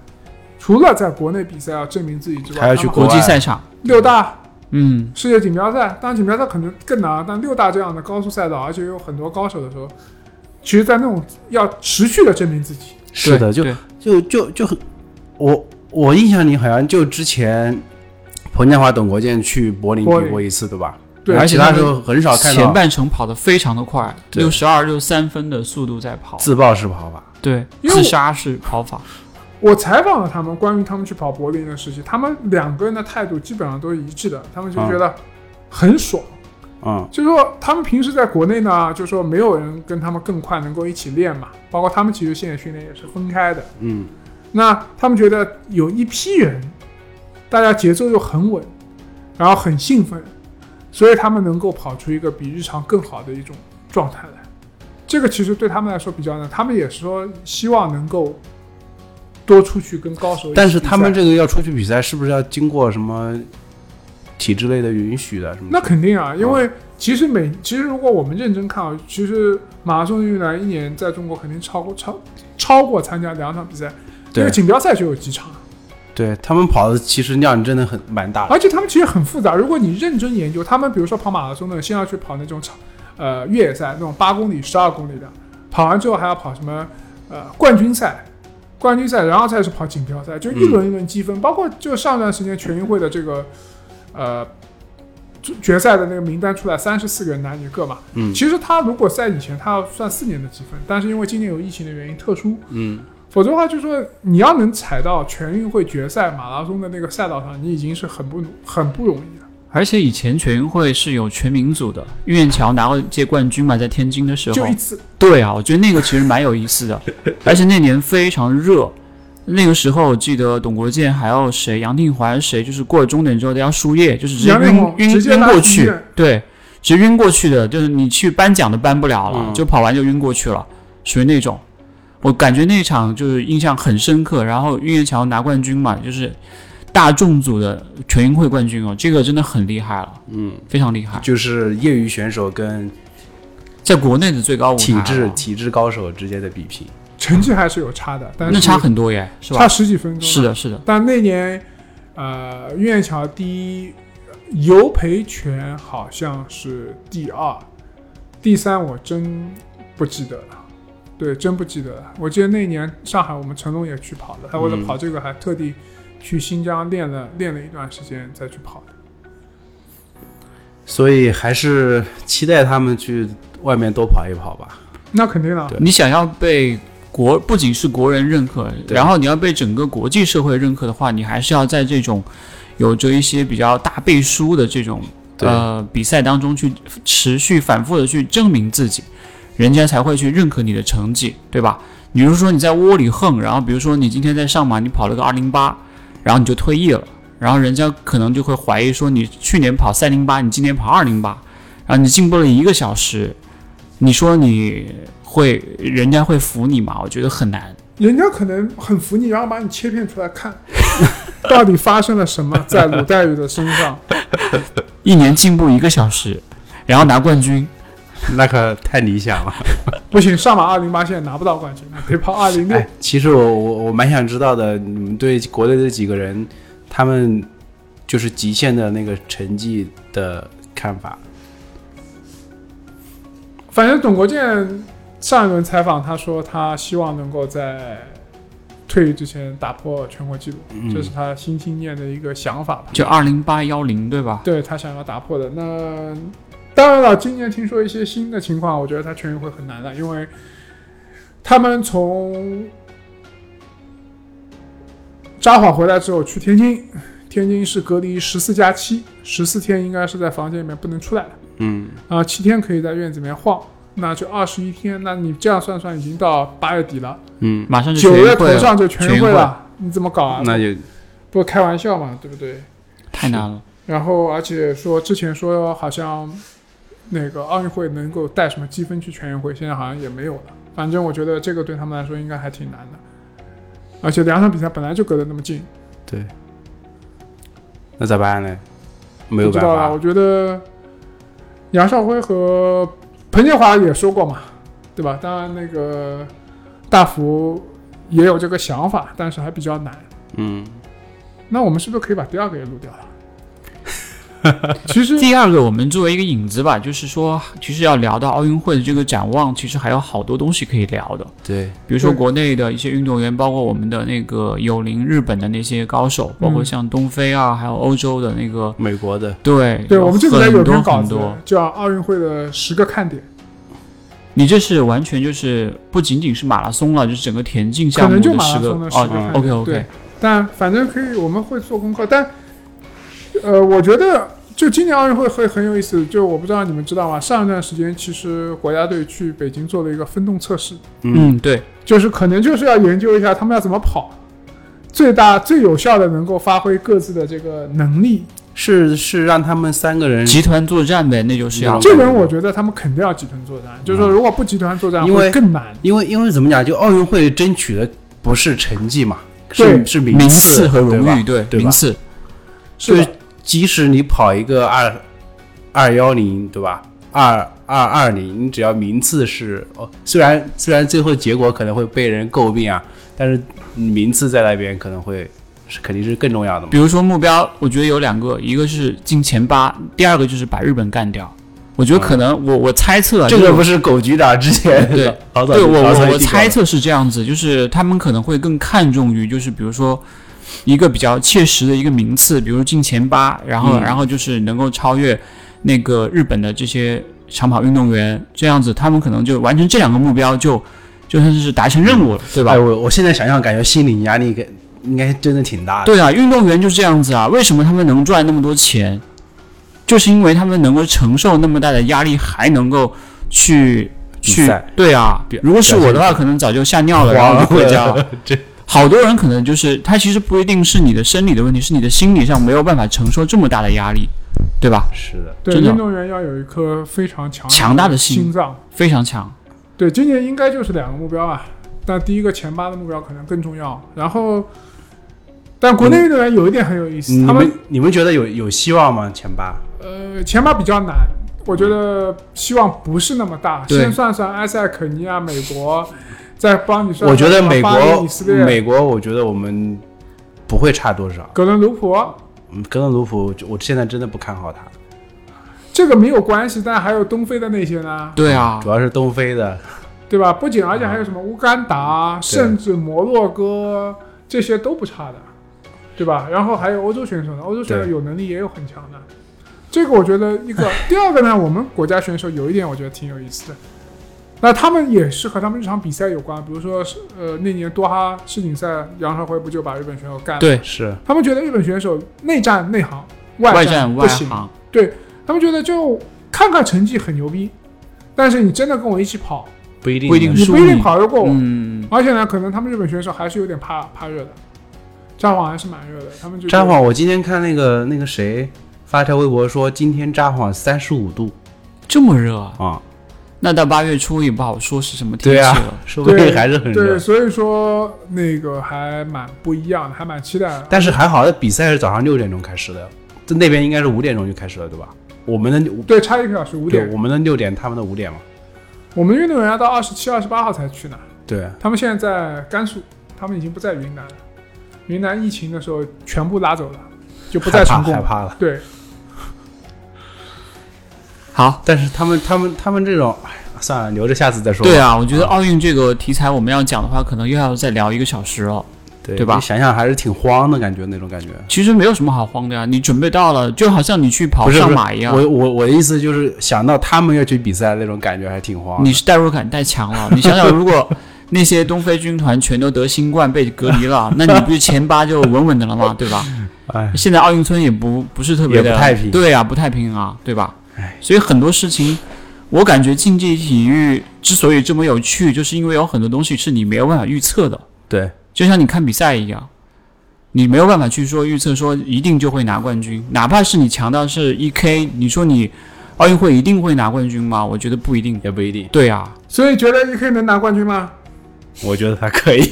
Speaker 2: 除了在国内比赛要证明自己之外，
Speaker 1: 还要去
Speaker 2: 他们
Speaker 1: 国
Speaker 3: 国
Speaker 1: 外
Speaker 3: 际赛场，
Speaker 2: 六大
Speaker 3: 嗯，
Speaker 2: 世界锦标赛，当然锦标赛可能更难，啊但六大这样的高速赛道，而且有很多高手的时候，其实，在那种要持续的证明自己，
Speaker 1: 是的，
Speaker 3: 对
Speaker 1: 就
Speaker 3: 对
Speaker 1: 就就就很，我我印象里好像就之前彭建华、董国建去柏林
Speaker 2: 柏
Speaker 1: 比
Speaker 2: 林
Speaker 1: 过一次，对吧？
Speaker 2: 对
Speaker 1: 而且那时候很少看
Speaker 3: 前
Speaker 1: 到
Speaker 3: 半程跑得非常的快，
Speaker 1: 对
Speaker 3: 六十二、六三分的速度在跑，
Speaker 1: 自爆式跑法。
Speaker 3: 对，
Speaker 2: 因为我
Speaker 3: 自杀式跑法，
Speaker 2: 我采访了他们关于他们去跑柏林的事情，他们两个人的态度基本上都是一致的，他们就觉得很爽。
Speaker 1: 嗯，
Speaker 2: 就是说他们平时在国内呢，就是说没有人跟他们更快能够一起练嘛，包括他们其实现在训练也是分开的。
Speaker 1: 嗯，
Speaker 2: 那他们觉得有一批人，大家节奏又很稳，然后很兴奋，所以他们能够跑出一个比日常更好的一种状态来。这个其实对他们来说比较难，他们也是说希望能够多出去跟高手一起比赛。
Speaker 1: 但是他们这个要出去比赛，是不是要经过什么体制类的允许的什么？
Speaker 2: 那肯定啊，因为其实每其实如果我们认真看啊，其实马拉松运动员一年在中国肯定超过超超过参加两场比赛，这
Speaker 1: 对
Speaker 2: 个锦标赛就有几场，啊
Speaker 1: 对他们跑的其实量真的很蛮大的。
Speaker 2: 而且他们其实很复杂。如果你认真研究，他们比如说跑马拉松的，先要去跑那种场呃越野赛那种八公里、十二公里的，跑完之后还要跑什么呃冠军赛。冠军赛，然后才是跑锦标赛，就一
Speaker 3: 嗯
Speaker 2: 轮一轮积分，包括就上段时间全运会的这个，呃，决决赛的那个名单出来，三十四个人男女各嘛，
Speaker 1: 嗯
Speaker 2: 其实他如果在以前，他要算四年的积分，但是因为今年有疫情的原因特殊，
Speaker 1: 嗯，
Speaker 2: 否则的话，就是说你要能踩到全运会决赛马拉松的那个赛道上，你已经是很不很不容易了。
Speaker 3: 而且以前全运会是有全民组的，玉燕桥拿过届冠军嘛，在天津的时
Speaker 2: 就
Speaker 3: 候
Speaker 2: 一。次，
Speaker 3: 对啊，我觉得那个其实蛮有意思 的，而且那年非常热。那个时候我记得董国建还有谁，杨定环谁，就是过了终点之后都要输液，就是直接
Speaker 2: 杨定
Speaker 3: 晕
Speaker 2: 环
Speaker 3: 晕
Speaker 2: 直接
Speaker 3: 晕
Speaker 2: 拉
Speaker 3: 过
Speaker 2: 医
Speaker 3: 去
Speaker 2: 院，
Speaker 3: 对，直接晕过去的，就是你去颁奖都颁不了了，
Speaker 1: 嗯
Speaker 3: 就跑完就晕过去了，属于那种。我感觉那场就是印象很深刻，然后岳桥拿冠军嘛，就是大众组的全运会冠军哦，这个真的很厉害了，嗯，非常厉害，
Speaker 1: 就是业余选手跟
Speaker 3: 在国内的最高舞台哦
Speaker 1: 体
Speaker 3: 了
Speaker 2: 啊
Speaker 1: 制体制高手之间的比拼。
Speaker 2: 成绩还是有差的，但是
Speaker 3: 那差很多耶，是吧？
Speaker 2: 差十几分钟。
Speaker 3: 是，的，是的，
Speaker 2: 但那年，呃，岳桥第一，尤培全好像是第二，第三我真不记得了。对，真不记得了。我记得那年上海我们成龙也去跑了，他为了
Speaker 1: 嗯
Speaker 2: 跑这个还特地去新疆练了练了一段时间再去跑的。
Speaker 1: 所以还是期待他们去外面多跑一跑吧。
Speaker 2: 那肯定了。
Speaker 1: 对
Speaker 3: 你想要被国不仅是国人认可，
Speaker 1: 对
Speaker 3: 然后你要被整个国际社会认可的话，你还是要在这种有着一些比较大背书的这种
Speaker 1: 对
Speaker 3: 呃比赛当中去持续反复的去证明自己，人家才会去认可你的成绩，对吧？比如说你在窝里横，然后比如说你今天在上马，你跑了个二零八，然后你就退役了，然后人家可能就会怀疑说你去年跑三零八，你今年跑二零八，然后你进步了一个小时，你说你会人家会服你吗？我觉得很难。
Speaker 2: 人家可能很服你，然后把你切片出来看，到底发生了什么在鲁代宇的身上？
Speaker 3: 一年进步一个小时，然后拿冠军，
Speaker 1: 那可太理想了。
Speaker 2: 不行，上马二零八现在拿不到冠军，得跑二零六
Speaker 1: 哎。，其实我我我蛮想知道的，你们对国内这几个人，他们就是极限的那个成绩的看法。
Speaker 2: 反正董国建上一轮采访，他说他希望能够在退役之前打破全国纪录，
Speaker 1: 嗯
Speaker 2: 这是他心心念的一个想法吧。
Speaker 3: 就二零八幺零对吧？
Speaker 2: 对他想要打破的。那当然了，今年听说一些新的情况，我觉得他全运会很难了，因为他们从札幌回来之后去天津，天津是隔离十四加七，十四天应该是在房间里面不能出来的
Speaker 1: 嗯，
Speaker 2: 啊，七天可以在院子里面晃。那就二十一天，那你这样算算，已经到八月底了，
Speaker 1: 嗯，
Speaker 3: 马上就
Speaker 2: 九
Speaker 3: 全
Speaker 2: 月
Speaker 3: 运
Speaker 2: 头
Speaker 3: 会了，
Speaker 2: 上就全运
Speaker 3: 全运
Speaker 2: 会
Speaker 3: 会
Speaker 2: 了，你怎么搞啊？
Speaker 1: 那就
Speaker 2: 不开玩笑嘛，对不对？
Speaker 3: 太难了。
Speaker 2: 然后而且说之前说好像那个奥运会能够带什么积分去全运会，现在好像也没有了。反正我觉得这个对他们来说应该还挺难的，而且两场比赛本来就隔得那么近，
Speaker 1: 对。那咋办呢？没有
Speaker 2: 不知
Speaker 1: 办
Speaker 2: 道
Speaker 1: 法
Speaker 2: 了。我。觉得杨少辉和彭建华也说过嘛，对吧？当然那个大福也有这个想法，但是还比较难。
Speaker 1: 嗯，
Speaker 2: 那我们是不是可以把第二个也录掉了？ 其实
Speaker 3: 第二个，我们作为一个引子吧，就是说，其实要聊到奥运会的这个展望，其实还有好多东西可以聊的。
Speaker 1: 对，
Speaker 3: 比如说
Speaker 2: 对
Speaker 3: 国内的一些运动员，包括我们的那个有林日本的那些高手，包括
Speaker 2: 嗯
Speaker 3: 像东非啊，还有欧洲的那个，
Speaker 1: 美国的，
Speaker 3: 对
Speaker 2: 对，我们这
Speaker 3: 这
Speaker 2: 次还有
Speaker 3: 很多
Speaker 2: 篇稿
Speaker 3: 很
Speaker 2: 子
Speaker 3: 多。
Speaker 2: 叫《奥运会的十个看点
Speaker 3: 你这是完全就是不仅仅是马拉松了，就是整个田径》，
Speaker 2: 可
Speaker 3: 项目
Speaker 2: 能就
Speaker 3: 的
Speaker 2: 马
Speaker 3: 十
Speaker 2: 拉
Speaker 3: 个
Speaker 2: 松的十个
Speaker 3: 哦
Speaker 2: 看点。
Speaker 3: ，OK OK，
Speaker 2: 对，但反正可以，我们会做功课。但呃，我觉得就今年奥运会会很有意思。就我不知道你们知道吗？上一段时间其实国家队去北京做了一个分动测试，
Speaker 1: 嗯，
Speaker 3: 嗯对，
Speaker 2: 就是可能就是要研究一下他们要怎么跑。最大最有效的能够发挥各自的这个能力，
Speaker 1: 是是让他们三个人，
Speaker 3: 集团作战呗，那就是要
Speaker 1: 嗯
Speaker 2: 这轮我觉得他们肯定要集团作
Speaker 3: 嗯
Speaker 2: 战。就是说，如果不集团作战，
Speaker 1: 因为
Speaker 2: 会更难。
Speaker 1: 因为因为怎么讲，就奥运会争取的不是成绩嘛，
Speaker 2: 对
Speaker 1: 是是名
Speaker 3: 名次和荣誉，
Speaker 1: 对吧
Speaker 3: 对
Speaker 1: 对吧
Speaker 3: 名次，
Speaker 2: 是的
Speaker 1: 对即使你跑一个二二幺零，对吧？二二二零，你只要名次是哦，虽然虽然最后结果可能会被人诟病啊，但是名次在那边可能会是肯定是更重要的嘛
Speaker 3: 比。如说目标，我觉得有两个，一个是进前八，第二个就是把日本干掉。我觉得可能我我猜测啊
Speaker 1: 这个
Speaker 3: 就是
Speaker 1: 不是狗局长之前
Speaker 3: 对
Speaker 1: 老早
Speaker 3: 对我
Speaker 1: 老早
Speaker 3: 我
Speaker 1: 就
Speaker 3: 我
Speaker 1: 提过
Speaker 3: 猜
Speaker 1: 了
Speaker 3: 测是这样子，就是他们可能会更看重于就是比如说一个比较切实的一个名次，比如进前八，然后、
Speaker 1: 嗯
Speaker 3: 然后就是能够超越那个日本的这些长跑运动员，这样子他们可能就完成这两个目标就就算是达成任务了，对吧
Speaker 1: 哎，？我我现在想想，感觉心理压力给应该真的挺大的。
Speaker 3: 对啊，运动员就是这样子啊。为什么他们能赚那么多钱？就是因为他们能够承受那么大的压力，还能够去
Speaker 1: 比
Speaker 3: 去
Speaker 1: 赛
Speaker 3: 对啊。如果是我的话，可能早就吓 尿了，然后就回家了。好多人可能就是他其实不一定是你的生理的问题，是你的心理上没有办法承受这么大的压力，对吧？
Speaker 1: 是的，
Speaker 2: 对，
Speaker 3: 真的
Speaker 2: 运动员要有一颗非常强
Speaker 3: 强大的心
Speaker 2: 心脏。
Speaker 3: 非常强，
Speaker 2: 对，今年应该就是两个目标啊。但第一个前八的目标可能更重要。然后，但国内运动员有一点很有意思，
Speaker 1: 嗯你
Speaker 2: 他们
Speaker 1: 们你们觉得有有希望吗？前八？
Speaker 2: 呃前八比较难，我觉得希望不是那么大。
Speaker 3: 对
Speaker 2: 先算算埃塞俄肯尼亚、美国，再帮你算算
Speaker 1: 我觉得美
Speaker 2: 巴黎
Speaker 1: 国
Speaker 2: 以色列、
Speaker 1: 美国，我觉得我们不会差多少。
Speaker 2: 格伦卢普。
Speaker 1: 嗯，格伦卢普，我现在真的不看好他，
Speaker 2: 啊这个没有关系，但还有东非的那些呢，
Speaker 3: 对啊
Speaker 1: 主，要是东非的，
Speaker 2: 对吧？不仅而且
Speaker 3: 嗯
Speaker 2: 还有什么乌干达，甚至摩洛哥，这些都不差的，对吧？然后还有欧洲选手呢，欧洲选手
Speaker 1: 对
Speaker 2: 有能力也有很强的。 这个我觉得一个，第二个呢，我们国家选手有一点我觉得挺有意思的，那他们也是和他们日常比赛有关，比如说是呃那年多哈世锦赛，杨少辉不就把日本选手干了？，
Speaker 3: 对，
Speaker 1: 是
Speaker 2: 他们觉得日本选手内战内行，
Speaker 1: 啊
Speaker 3: 外
Speaker 2: 战
Speaker 3: 战啊
Speaker 2: 不
Speaker 3: 外
Speaker 2: 行，
Speaker 3: 行，
Speaker 2: 他们觉得就看看成绩很牛逼，但是你真的跟我一起跑，
Speaker 1: 不一定
Speaker 3: 不一定
Speaker 1: 能
Speaker 2: 你
Speaker 3: 输
Speaker 2: 不一定
Speaker 3: 你
Speaker 2: 跑得过我。
Speaker 3: 嗯，
Speaker 2: 而且呢，可能他们日本选手还是有点怕怕热的，札幌还是蛮热的，他们就
Speaker 1: 札幌，我今天看那个那个谁发条微博说，今天札幌三十五度
Speaker 3: 这么热啊，
Speaker 1: 啊，那
Speaker 3: 那到八月初也不好说是什么天
Speaker 1: 对
Speaker 3: 气
Speaker 1: 啊
Speaker 3: 了。
Speaker 1: 说不定还是很
Speaker 2: 对，
Speaker 1: 热。
Speaker 2: 所以说那个还蛮不一样的，还蛮期待的。
Speaker 1: 但是还好，那比赛是早上六点钟开始的，这那边应该是五点钟就开始了，对吧？我们的
Speaker 2: 对，差一个小时五
Speaker 1: 对
Speaker 2: 点，
Speaker 1: 我们的六点，他们的五点嘛。
Speaker 2: 我们运动员要到二十七、二十八号才去呢。
Speaker 1: 对，
Speaker 2: 他们现在在甘肃，他们已经不在云南了。云南疫情的时候全部拉走了，就不再
Speaker 1: 害怕
Speaker 2: 成功
Speaker 1: 害
Speaker 2: 了。
Speaker 1: 怕了。
Speaker 2: 对，
Speaker 3: 好，
Speaker 1: 但是他们他们他们这种，哎，算了，留着下次再说吧。嗯
Speaker 3: 对啊，我觉得奥运这个题材我们要讲的话，可能又要再聊一个小时了。
Speaker 1: 对
Speaker 3: 对吧
Speaker 1: 你想想还是挺慌的感觉，那种感觉。
Speaker 3: 其实没有什么好慌的呀、你准备到了，就好像你去跑
Speaker 1: 不是
Speaker 3: 上
Speaker 1: 不是
Speaker 3: 马一样，
Speaker 1: 我我我的意思就是，想到他们要去比赛那种感觉，还挺慌的。
Speaker 3: 你是代入感太强了。 你想想，如果那些东非军团全都得新冠被隔离 了，那你不是前八就稳稳的了吗？对吧？
Speaker 1: 哎，
Speaker 3: 现在奥运村也不不是特别的
Speaker 1: 也不太平
Speaker 3: 对啊，不太平啊，对吧
Speaker 1: 唉？
Speaker 3: 所以很多事情，我感觉竞技体育之所以这么有趣，就是因为有很多东西是你没有办法预测的，
Speaker 1: 对
Speaker 3: 就像你看比赛一样。你没有办法去说预测说一定就会拿冠军，哪怕是你强到是一 k，你说你奥运会一定会拿冠军吗？我觉得不一定。
Speaker 1: 也不一定，
Speaker 3: 对啊，
Speaker 2: 所以觉得 EK 能拿冠军吗？
Speaker 1: 我觉得他可以。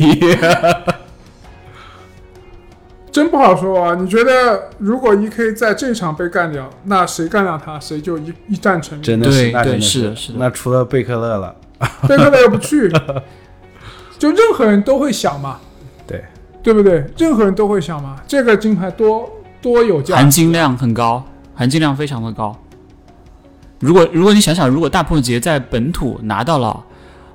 Speaker 2: 真不好说啊。你觉得如果 EK 在这场被干掉，那谁干掉他，谁就一一战成名。
Speaker 1: 真的是，
Speaker 3: 对
Speaker 1: 那
Speaker 3: 对
Speaker 1: 真的
Speaker 3: 是
Speaker 1: 是
Speaker 3: 的是的
Speaker 1: 那除了贝克勒了，
Speaker 2: 贝克勒又不去，就任何人都会想嘛，
Speaker 1: 对，
Speaker 2: 对不对？任何人都会想嘛，这个金牌多多有价
Speaker 3: 含。金量很高，含金量非常的高。如果如果你想想，如果大破节在本土拿到了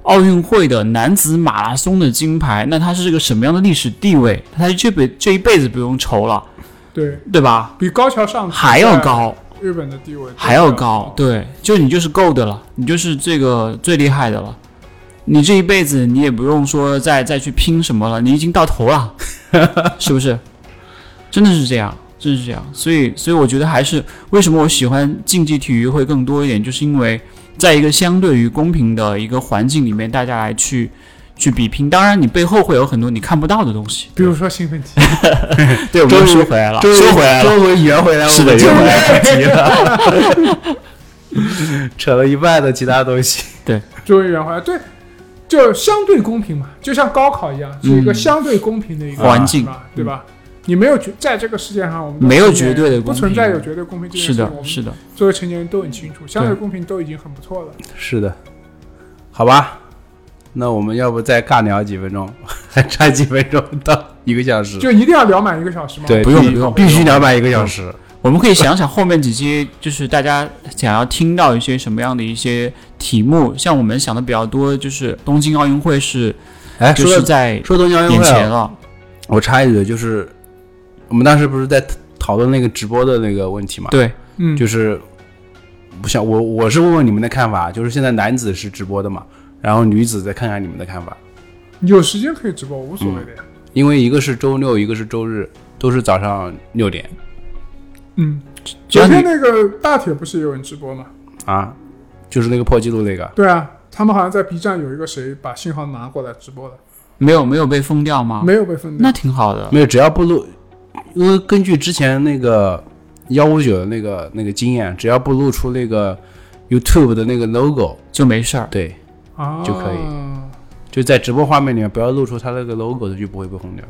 Speaker 3: 奥运会的男子马拉松的金牌，那他是个什么样的历史地位？他这辈这一辈子不用愁了，
Speaker 2: 对
Speaker 3: 对吧？
Speaker 2: 比高桥尚子
Speaker 3: 还要，高，
Speaker 2: 日本的地位
Speaker 3: 还要高，。对，就你就是够的了，你就是这个最厉害的了。你这一辈子你也不用说再再去拼什么了，你已经到头 了，是不是？真的是这样，真是这样。所以，所以我觉得还是为什么我喜欢竞技体育会更多一点，就是因为在一个相对于公平的一个环境里面，大家来去去比拼。当然，你背后会有很多你看不到的东西。
Speaker 2: 比如说兴 奋剂，
Speaker 3: 对，我
Speaker 1: 终
Speaker 3: 们
Speaker 1: 于
Speaker 3: 说回来了，
Speaker 1: 终于
Speaker 3: 说回来了。
Speaker 1: 终于圆回来，
Speaker 3: 是的
Speaker 1: 圆
Speaker 3: 圆
Speaker 1: 回
Speaker 3: 回
Speaker 1: 来题了， 扯了一 半的其他东西。
Speaker 2: 终于圆回来。对，就相对公平嘛，就像高考一样，是一个
Speaker 3: 嗯
Speaker 2: 相对公平的一个
Speaker 3: 环境嗯
Speaker 2: 嘛，对吧？你没有绝，在这个世界上，我们都
Speaker 3: 没有
Speaker 2: 成年人
Speaker 3: 绝对的公
Speaker 2: 不
Speaker 3: 平
Speaker 2: 存在有绝对公平这件
Speaker 3: 是
Speaker 2: 事情。
Speaker 3: 的
Speaker 2: 我，们
Speaker 3: 是的。
Speaker 2: 作为成年人都很清楚，相对
Speaker 3: 对
Speaker 2: 公平都已经很不错了。
Speaker 1: 是的，好吧，那我们要不再尬聊几分钟， 还差几分钟到一个小时。
Speaker 2: 就一定要聊满一个小时嘛。
Speaker 1: 对，
Speaker 3: 不用
Speaker 1: 必
Speaker 3: 不用
Speaker 1: 必须聊满一个小时。
Speaker 3: 我们可以想想后面几期，就是大家想要听到一些什么样的一些题目。像我们想的比较多，就是东京奥运会是
Speaker 1: 哎，
Speaker 3: 就
Speaker 1: 说
Speaker 3: 是
Speaker 1: 到
Speaker 3: 在
Speaker 1: 说东京奥运
Speaker 3: 眼
Speaker 1: 会
Speaker 3: 前
Speaker 1: 啊，
Speaker 3: 了，
Speaker 1: 我插一嘴，就是我们当时不是在讨论那个直播的那个问题嘛？
Speaker 3: 对，
Speaker 2: 嗯，
Speaker 1: 就是不想我我是问问你们的看法，就是现在男子是直播的嘛，然后女子再看看你们的看法，
Speaker 2: 有时间可以直播，无所谓的呀。
Speaker 1: 因为一个是周六，一个是周日，都是早上六点
Speaker 2: 嗯，
Speaker 3: 只
Speaker 2: 昨
Speaker 3: 要
Speaker 2: 天
Speaker 3: 你
Speaker 2: 那个大铁不是也有人直播吗？
Speaker 1: 啊，就是那个破纪录那个，
Speaker 2: 对啊，他们好像在 B 站有一个谁把信号拿过来直播了，
Speaker 3: 没有没有被封掉
Speaker 1: 啊
Speaker 3: 吗？
Speaker 2: 没有被分
Speaker 3: 那
Speaker 2: 掉。
Speaker 3: 挺好的。
Speaker 1: 没有，只要不露，因为根据之前那个幺五九的那个那个经验，只要不露出那个 YouTube 的那个 logo，
Speaker 3: 就没事儿，
Speaker 1: 对，
Speaker 2: 啊，
Speaker 1: 就可以就在直播画面里面不要露出它那个 logo，它就不会被红掉。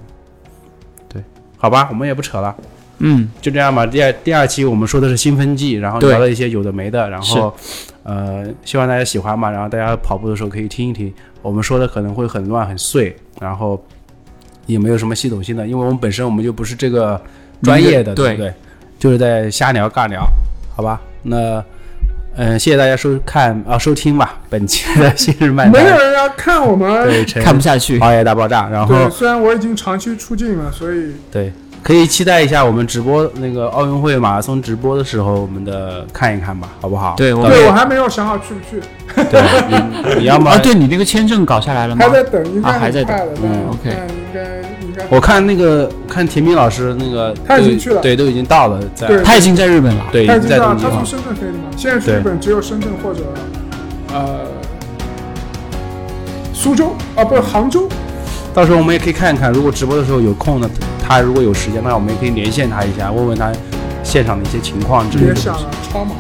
Speaker 1: 对，好吧，我们也不扯了。
Speaker 3: 嗯，
Speaker 1: 就这样吧。第二第二期我们说的是兴奋剂，然后
Speaker 3: 对
Speaker 1: 聊了一些有的没的，然后呃，希望大家喜欢吧。然后大家跑步的时候可以听一听，我们说的可能会很乱很碎，然后也没有什么系统性的，因为我们本身我们就不是这个专业的，对
Speaker 3: 对
Speaker 1: 不对？就是在瞎聊尬聊，好吧？那。嗯，谢谢大家收看啊收听吧，本期的 新日漫
Speaker 2: 没有
Speaker 1: 谈
Speaker 2: 人要看我们。
Speaker 1: 对陈啊
Speaker 3: 看不下去。
Speaker 1: 熬夜大爆炸，然后
Speaker 2: 对，虽然我已经长期出镜了，所以
Speaker 1: 对可以期待一下我们直播那个奥运会马拉松直播的时候，我们的看一看吧，好不好？
Speaker 3: 对我
Speaker 1: 到
Speaker 2: 对我还没有想好去不去，
Speaker 1: 哦对，你你要么
Speaker 3: 啊，对你那个签证搞下来了吗
Speaker 2: 还？在等，应
Speaker 3: 啊
Speaker 2: 该
Speaker 3: 还在
Speaker 2: 很
Speaker 3: 等
Speaker 2: 快了。
Speaker 1: 嗯哦
Speaker 2: 但
Speaker 3: OK
Speaker 2: 但应该应该
Speaker 1: 我看那个看田斌老师那个，
Speaker 2: 他已经
Speaker 1: 都
Speaker 2: 去了
Speaker 1: 对，都已经到了，在
Speaker 2: 对
Speaker 3: 他已经在日本了。
Speaker 1: 对，已
Speaker 2: 他已
Speaker 1: 经
Speaker 2: 经
Speaker 1: 在
Speaker 2: 到
Speaker 1: 东
Speaker 2: 啊他
Speaker 1: 京
Speaker 2: 从
Speaker 1: 了。
Speaker 2: 深圳飞的嘛，现在去日本只有深圳或者呃苏州啊，不是杭州，
Speaker 1: 到时候我们也可以看看，如果直播的时候有空呢，他如果有时间的话，我们也可以连线他一下，问问他现场的一些情况之类
Speaker 2: 别
Speaker 1: 的
Speaker 2: 想
Speaker 1: 东西。
Speaker 2: 了，超忙，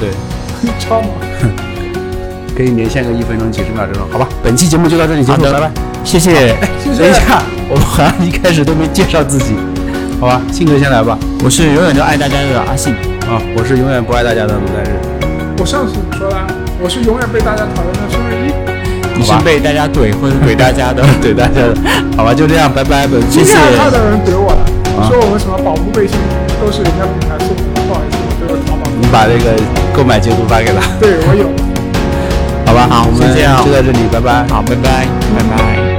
Speaker 1: 对，
Speaker 2: 超忙。
Speaker 1: 可以连线个一分钟、几十秒这种，好吧？本期节目就到这里结束，
Speaker 3: 好的
Speaker 1: 拜拜，谢谢。
Speaker 2: 谢谢
Speaker 1: 等一下，啊我们好像一开始都没介绍自己，好吧？信哥先来吧。
Speaker 3: 我是永远都爱大家的阿信。
Speaker 1: 啊，我是永远不爱大家的鲁代日。
Speaker 2: 我上次说了，我是永远被大家讨厌的生日一，
Speaker 3: 你是
Speaker 1: 好吧
Speaker 3: 被大家怼或者怼大家的。
Speaker 1: 对大家的，好吧，就这样，拜拜，本期
Speaker 2: 今天
Speaker 1: 谢
Speaker 2: 还
Speaker 1: 谢
Speaker 2: 看到有人怼我了，
Speaker 1: 啊
Speaker 2: 说我们什么保护背心都是人家品牌送的，不好意思，我这个淘宝，
Speaker 1: 你把这个购买截图发给他，
Speaker 2: 对我有。
Speaker 1: 好吧？
Speaker 3: 好我们
Speaker 1: 就
Speaker 3: 就这样
Speaker 1: 到这里，拜拜。
Speaker 3: 好，拜拜，拜拜。